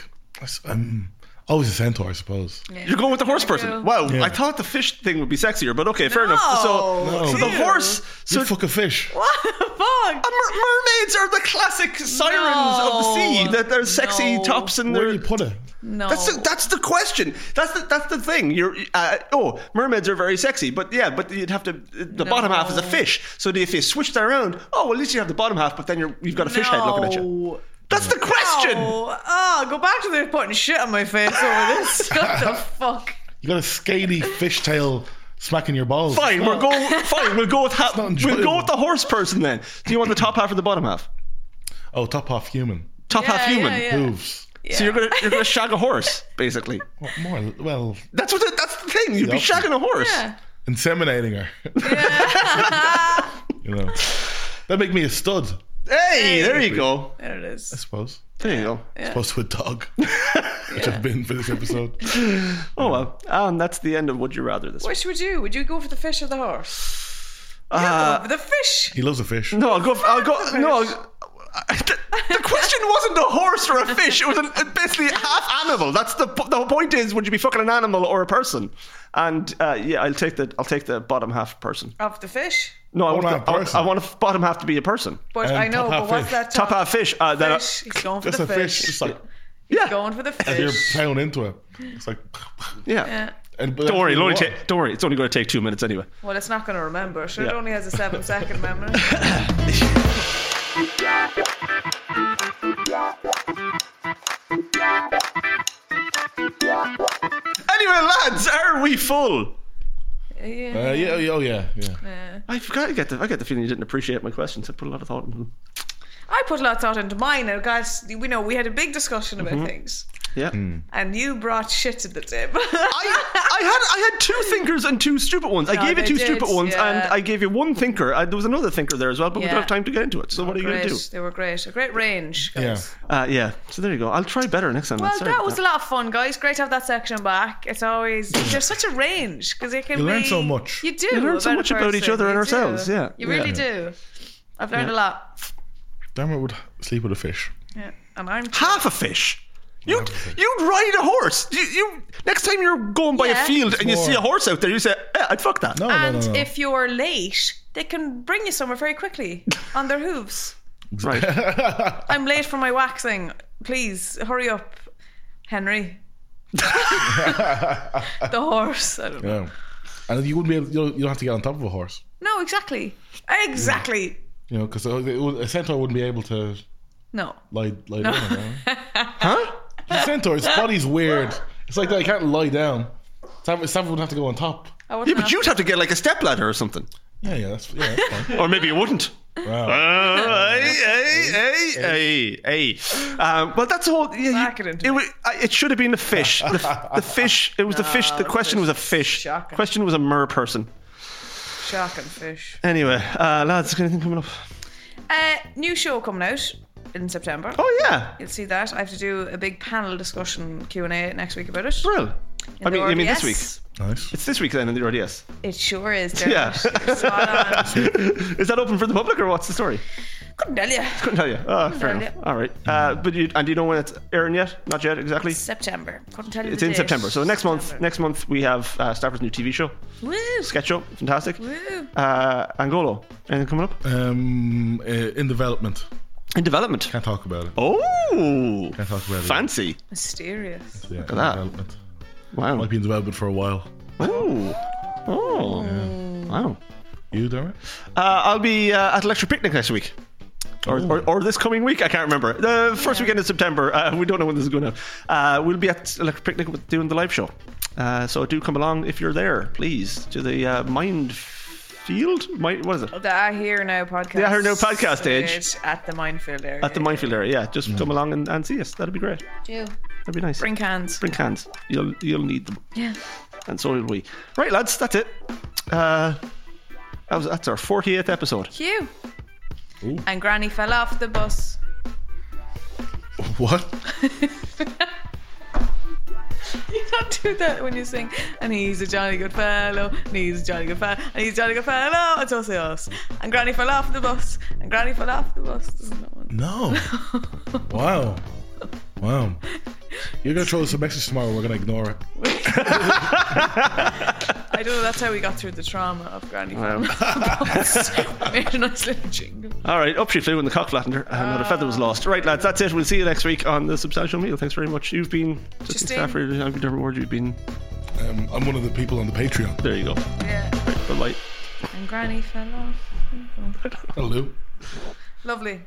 Speaker 3: I'm always a centaur, I suppose.
Speaker 1: You're going with the horse
Speaker 2: I do.
Speaker 1: person. Wow,
Speaker 3: Yeah.
Speaker 1: I thought the fish thing would be sexier, but okay, fair enough. So,
Speaker 2: No.
Speaker 1: so the
Speaker 2: Ew.
Speaker 1: horse.
Speaker 3: You
Speaker 1: So uh,
Speaker 3: fuck a fish.
Speaker 2: What the fuck?
Speaker 1: mer- mermaids are the classic sirens of the sea.
Speaker 2: No.
Speaker 1: That they're sexy
Speaker 2: No.
Speaker 1: tops and
Speaker 3: Where do
Speaker 1: they're.
Speaker 3: you put it?
Speaker 2: No.
Speaker 1: That's the, that's the question. That's the that's the thing. You're uh, oh mermaids are very sexy, but yeah, but you'd have to the bottom half is a
Speaker 2: No.
Speaker 1: fish. So if you switch that around, oh well, at least you have the bottom half, but then you're, you've got a fish head looking at you.
Speaker 2: No.
Speaker 1: That's the question.
Speaker 2: Oh, oh, go back to the putting shit on my face over this. what the fuck?
Speaker 3: You got a scaly fishtail smacking your balls.
Speaker 1: Fine, we'll go. Fine, we'll go with ha-
Speaker 3: not
Speaker 1: we'll go
Speaker 3: enjoyable.
Speaker 1: with the horse person then. Do you want the top half or the bottom half?
Speaker 3: Oh, top half human
Speaker 1: Top half
Speaker 2: Yeah,
Speaker 1: human.
Speaker 2: yeah, yeah.
Speaker 3: hooves.
Speaker 1: So you're gonna you're gonna shag a horse, basically.
Speaker 3: What more? Well,
Speaker 1: That's what the, that's the thing. You'd be
Speaker 3: Yep.
Speaker 1: shagging a horse.
Speaker 2: Yeah.
Speaker 3: inseminating her. you know, that make me a stud,
Speaker 1: Hey, there you go.
Speaker 2: There it is.
Speaker 3: I suppose.
Speaker 1: There you go.
Speaker 3: Supposed to a dog, which I've been for this episode.
Speaker 1: Oh well, and that's the end of Would You Rather this. week.
Speaker 2: Which would you? Would you go for the fish or the horse?
Speaker 1: Uh,
Speaker 2: Oh, the fish.
Speaker 3: He loves a fish.
Speaker 1: no, I'll go. I'll go. No. I'll- the, the question wasn't a horse or a fish. It was an, basically half animal. That's the po- the whole point. Is would you be fucking an animal or a person? And uh, yeah, I'll take the I'll take the bottom half person.
Speaker 2: Of the fish.
Speaker 1: No, I
Speaker 3: Bottom
Speaker 1: want,
Speaker 3: half
Speaker 1: the, I, want-
Speaker 3: person.
Speaker 1: I want a bottom half to be a person.
Speaker 2: But
Speaker 3: Um,
Speaker 2: I know,
Speaker 3: top
Speaker 2: but
Speaker 3: half
Speaker 2: what's
Speaker 3: fish.
Speaker 2: that
Speaker 1: Top half fish. Uh, then I-
Speaker 2: fish? He's going for
Speaker 3: That's
Speaker 2: the
Speaker 3: a fish.
Speaker 2: fish.
Speaker 3: Just like
Speaker 1: yeah,
Speaker 2: Going for the
Speaker 3: you're
Speaker 2: fish.
Speaker 3: plowing into it. It's like.
Speaker 1: yeah.
Speaker 2: Yeah.
Speaker 3: And, but
Speaker 1: Don't worry, it'll only
Speaker 3: what?
Speaker 1: ta- don't worry. It's only going to take two minutes anyway.
Speaker 2: Well, it's not going to remember. Sure, it
Speaker 1: Yeah.
Speaker 2: only has a seven second memory.
Speaker 1: Anyway, lads, are we full?
Speaker 2: yeah.
Speaker 3: Uh, yeah, yeah, oh yeah, yeah.
Speaker 2: yeah.
Speaker 1: I forgot. I get the I get the feeling you didn't appreciate my questions. I put a lot of thought into them.
Speaker 2: I put a lot of thought into mine. Now, guys, we know we had a big discussion about
Speaker 3: Mm-hmm.
Speaker 2: things,
Speaker 1: Yeah.
Speaker 3: Hmm.
Speaker 2: and you brought shit to the table.
Speaker 1: I, I had I had two thinkers and two stupid ones. I
Speaker 2: No,
Speaker 1: gave you
Speaker 2: they
Speaker 1: two
Speaker 2: did,
Speaker 1: stupid ones,
Speaker 2: yeah.
Speaker 1: and I gave you one thinker. I, there was another thinker there as well, but we
Speaker 2: Yeah.
Speaker 1: don't have time to get into it. So what are you going to
Speaker 2: great.
Speaker 1: do?
Speaker 2: They were great. A great range, guys.
Speaker 3: Yeah.
Speaker 1: Uh, yeah. So there you go. I'll try better next time.
Speaker 2: Well,
Speaker 1: Sorry
Speaker 2: that
Speaker 1: about
Speaker 2: was a lot of fun, guys. Great to have that section back. It's always there's such a range because it can
Speaker 3: You learn
Speaker 2: be-
Speaker 3: so much.
Speaker 2: You do.
Speaker 1: You learn so
Speaker 2: a
Speaker 1: much about each
Speaker 2: person.
Speaker 1: other and
Speaker 2: You
Speaker 1: ourselves,
Speaker 2: do.
Speaker 1: yeah.
Speaker 2: you really
Speaker 3: Yeah.
Speaker 2: do. I've learned
Speaker 1: Yeah.
Speaker 2: a lot.
Speaker 3: Dermot would sleep with a fish.
Speaker 2: Yeah, and I'm
Speaker 1: half a fish. You'd,
Speaker 3: Half a fish.
Speaker 1: you'd ride a horse. You, you next time you're going by
Speaker 2: Yeah.
Speaker 1: a field
Speaker 3: It's
Speaker 1: and you see
Speaker 3: more-
Speaker 1: a horse out there, you say, yeah, "I'd fuck that."
Speaker 3: No,
Speaker 2: and
Speaker 3: no, no, no.
Speaker 2: if you're late, they can bring you somewhere very quickly on their hooves.
Speaker 1: Right.
Speaker 2: I'm late for my waxing. Please hurry up, Henry. the horse. I don't know.
Speaker 3: Yeah. And you wouldn't be able. You don't, you don't have to get on top of a horse.
Speaker 2: No, exactly. Exactly.
Speaker 3: You know, because a centaur wouldn't be able to
Speaker 2: No.
Speaker 3: lie lie down. You know?
Speaker 1: Huh?
Speaker 3: A centaur, its body's weird. It's like they can't lie down. Some some would have to go on top.
Speaker 2: I
Speaker 1: Yeah,
Speaker 2: wouldn't
Speaker 1: but
Speaker 2: have-
Speaker 1: you'd have to get like a stepladder or something,
Speaker 3: Yeah, yeah, that's yeah, that's fine.
Speaker 1: or maybe you wouldn't.
Speaker 3: Wow.
Speaker 1: Uh, hey, hey, hey, hey, hey. Um, well, that's all. Yeah, you-
Speaker 2: Back it into
Speaker 1: it, wa- uh, it should have been the fish. The, f- the fish. It was the fish. The
Speaker 2: Ah, the
Speaker 1: question was
Speaker 2: fish.
Speaker 1: a fish.
Speaker 2: Shocking.
Speaker 1: Question was a mer person.
Speaker 2: Shocking fish.
Speaker 1: Anyway, uh, lads, anything coming up?
Speaker 2: Uh, new show coming out in September.
Speaker 1: Oh yeah,
Speaker 2: You'll see that. I have to do a big panel discussion Q and A next week about it.
Speaker 1: Brill.
Speaker 2: in
Speaker 1: I
Speaker 2: the
Speaker 1: mean- I mean this
Speaker 2: RBS.
Speaker 3: Nice.
Speaker 1: It's this week then in the RDS.
Speaker 2: It sure is.
Speaker 1: Yeah.
Speaker 2: Yeah. Spot on.
Speaker 1: Is that open for the public or what's the story?
Speaker 2: Couldn't tell you.
Speaker 1: Couldn't tell you. Oh, fair
Speaker 2: tell
Speaker 1: enough.
Speaker 2: you.
Speaker 1: All right. Uh, but you, and do you know when it's airing yet? Not yet, exactly.
Speaker 2: September. Couldn't tell you.
Speaker 1: It's
Speaker 2: the
Speaker 1: in
Speaker 2: date.
Speaker 1: September. So next month,
Speaker 2: September.
Speaker 1: next month we have uh, Stafford's new TV show,
Speaker 2: Woo.
Speaker 1: sketch show, fantastic.
Speaker 2: Woo.
Speaker 1: Uh, Angolo, anything coming up?
Speaker 3: Um, uh, in development.
Speaker 1: In development.
Speaker 3: Can't talk about it.
Speaker 1: Oh,
Speaker 3: Can't talk about it.
Speaker 1: fancy!
Speaker 2: Mysterious.
Speaker 3: Yeah, in
Speaker 1: that.
Speaker 3: development.
Speaker 1: Wow.
Speaker 3: Might be in development for a while.
Speaker 1: Oh, oh, wow.
Speaker 3: You, Dermot?
Speaker 1: Uh, I'll be uh, at Electric Picnic next week. Or, or, or this coming week, I can't remember. The first weekend of September, uh, we don't know when this is going to. Uh, we'll be at Electric Picnic with, doing the live show. Uh, so do come along if you're there, please, to the uh, Mind Field. Mind, what is it?
Speaker 2: The I Hear Now podcast.
Speaker 1: The I Hear Now podcast, Edge.
Speaker 2: At the minefield area.
Speaker 1: At the Minefield area, yeah. Just come along and, and see us. That'd be great.
Speaker 2: Do.
Speaker 1: That'd be nice.
Speaker 2: Bring cans.
Speaker 1: Bring cans. You'll you'll need them,
Speaker 2: Yeah.
Speaker 1: and so will we. Right, lads, that's it. Uh, that was that's our 48th episode.
Speaker 2: Cue.
Speaker 3: Ooh.
Speaker 2: And Granny fell off the bus.
Speaker 3: What?
Speaker 2: You don't do that when you sing. And he's a jolly good fellow. And he's a jolly good fellow. And he's a jolly good fellow. It's also us. And Granny fell off the bus. And Granny fell off the bus. There's no one.
Speaker 3: No. wow. Wow. You're going to throw us a message tomorrow. We're going to ignore it.
Speaker 2: I don't know. That's how we got through the trauma of Granny
Speaker 1: Wow.
Speaker 2: falling off the bus. Made a nice little jingle.
Speaker 1: Um, All right, up she flew in the cock flattened her, and not a feather was lost. Right, lads, that's it. We'll see you next week on the substantial meal. Thanks very much. You've been Justin
Speaker 2: Justine.
Speaker 1: Stafford. I've been Dermot Ward. You've been
Speaker 3: Um, I'm one of the people on the Patreon.
Speaker 1: there. You go.
Speaker 2: Yeah.
Speaker 1: Bye bye.
Speaker 2: And Granny fell off.
Speaker 3: Hello.
Speaker 2: Lovely.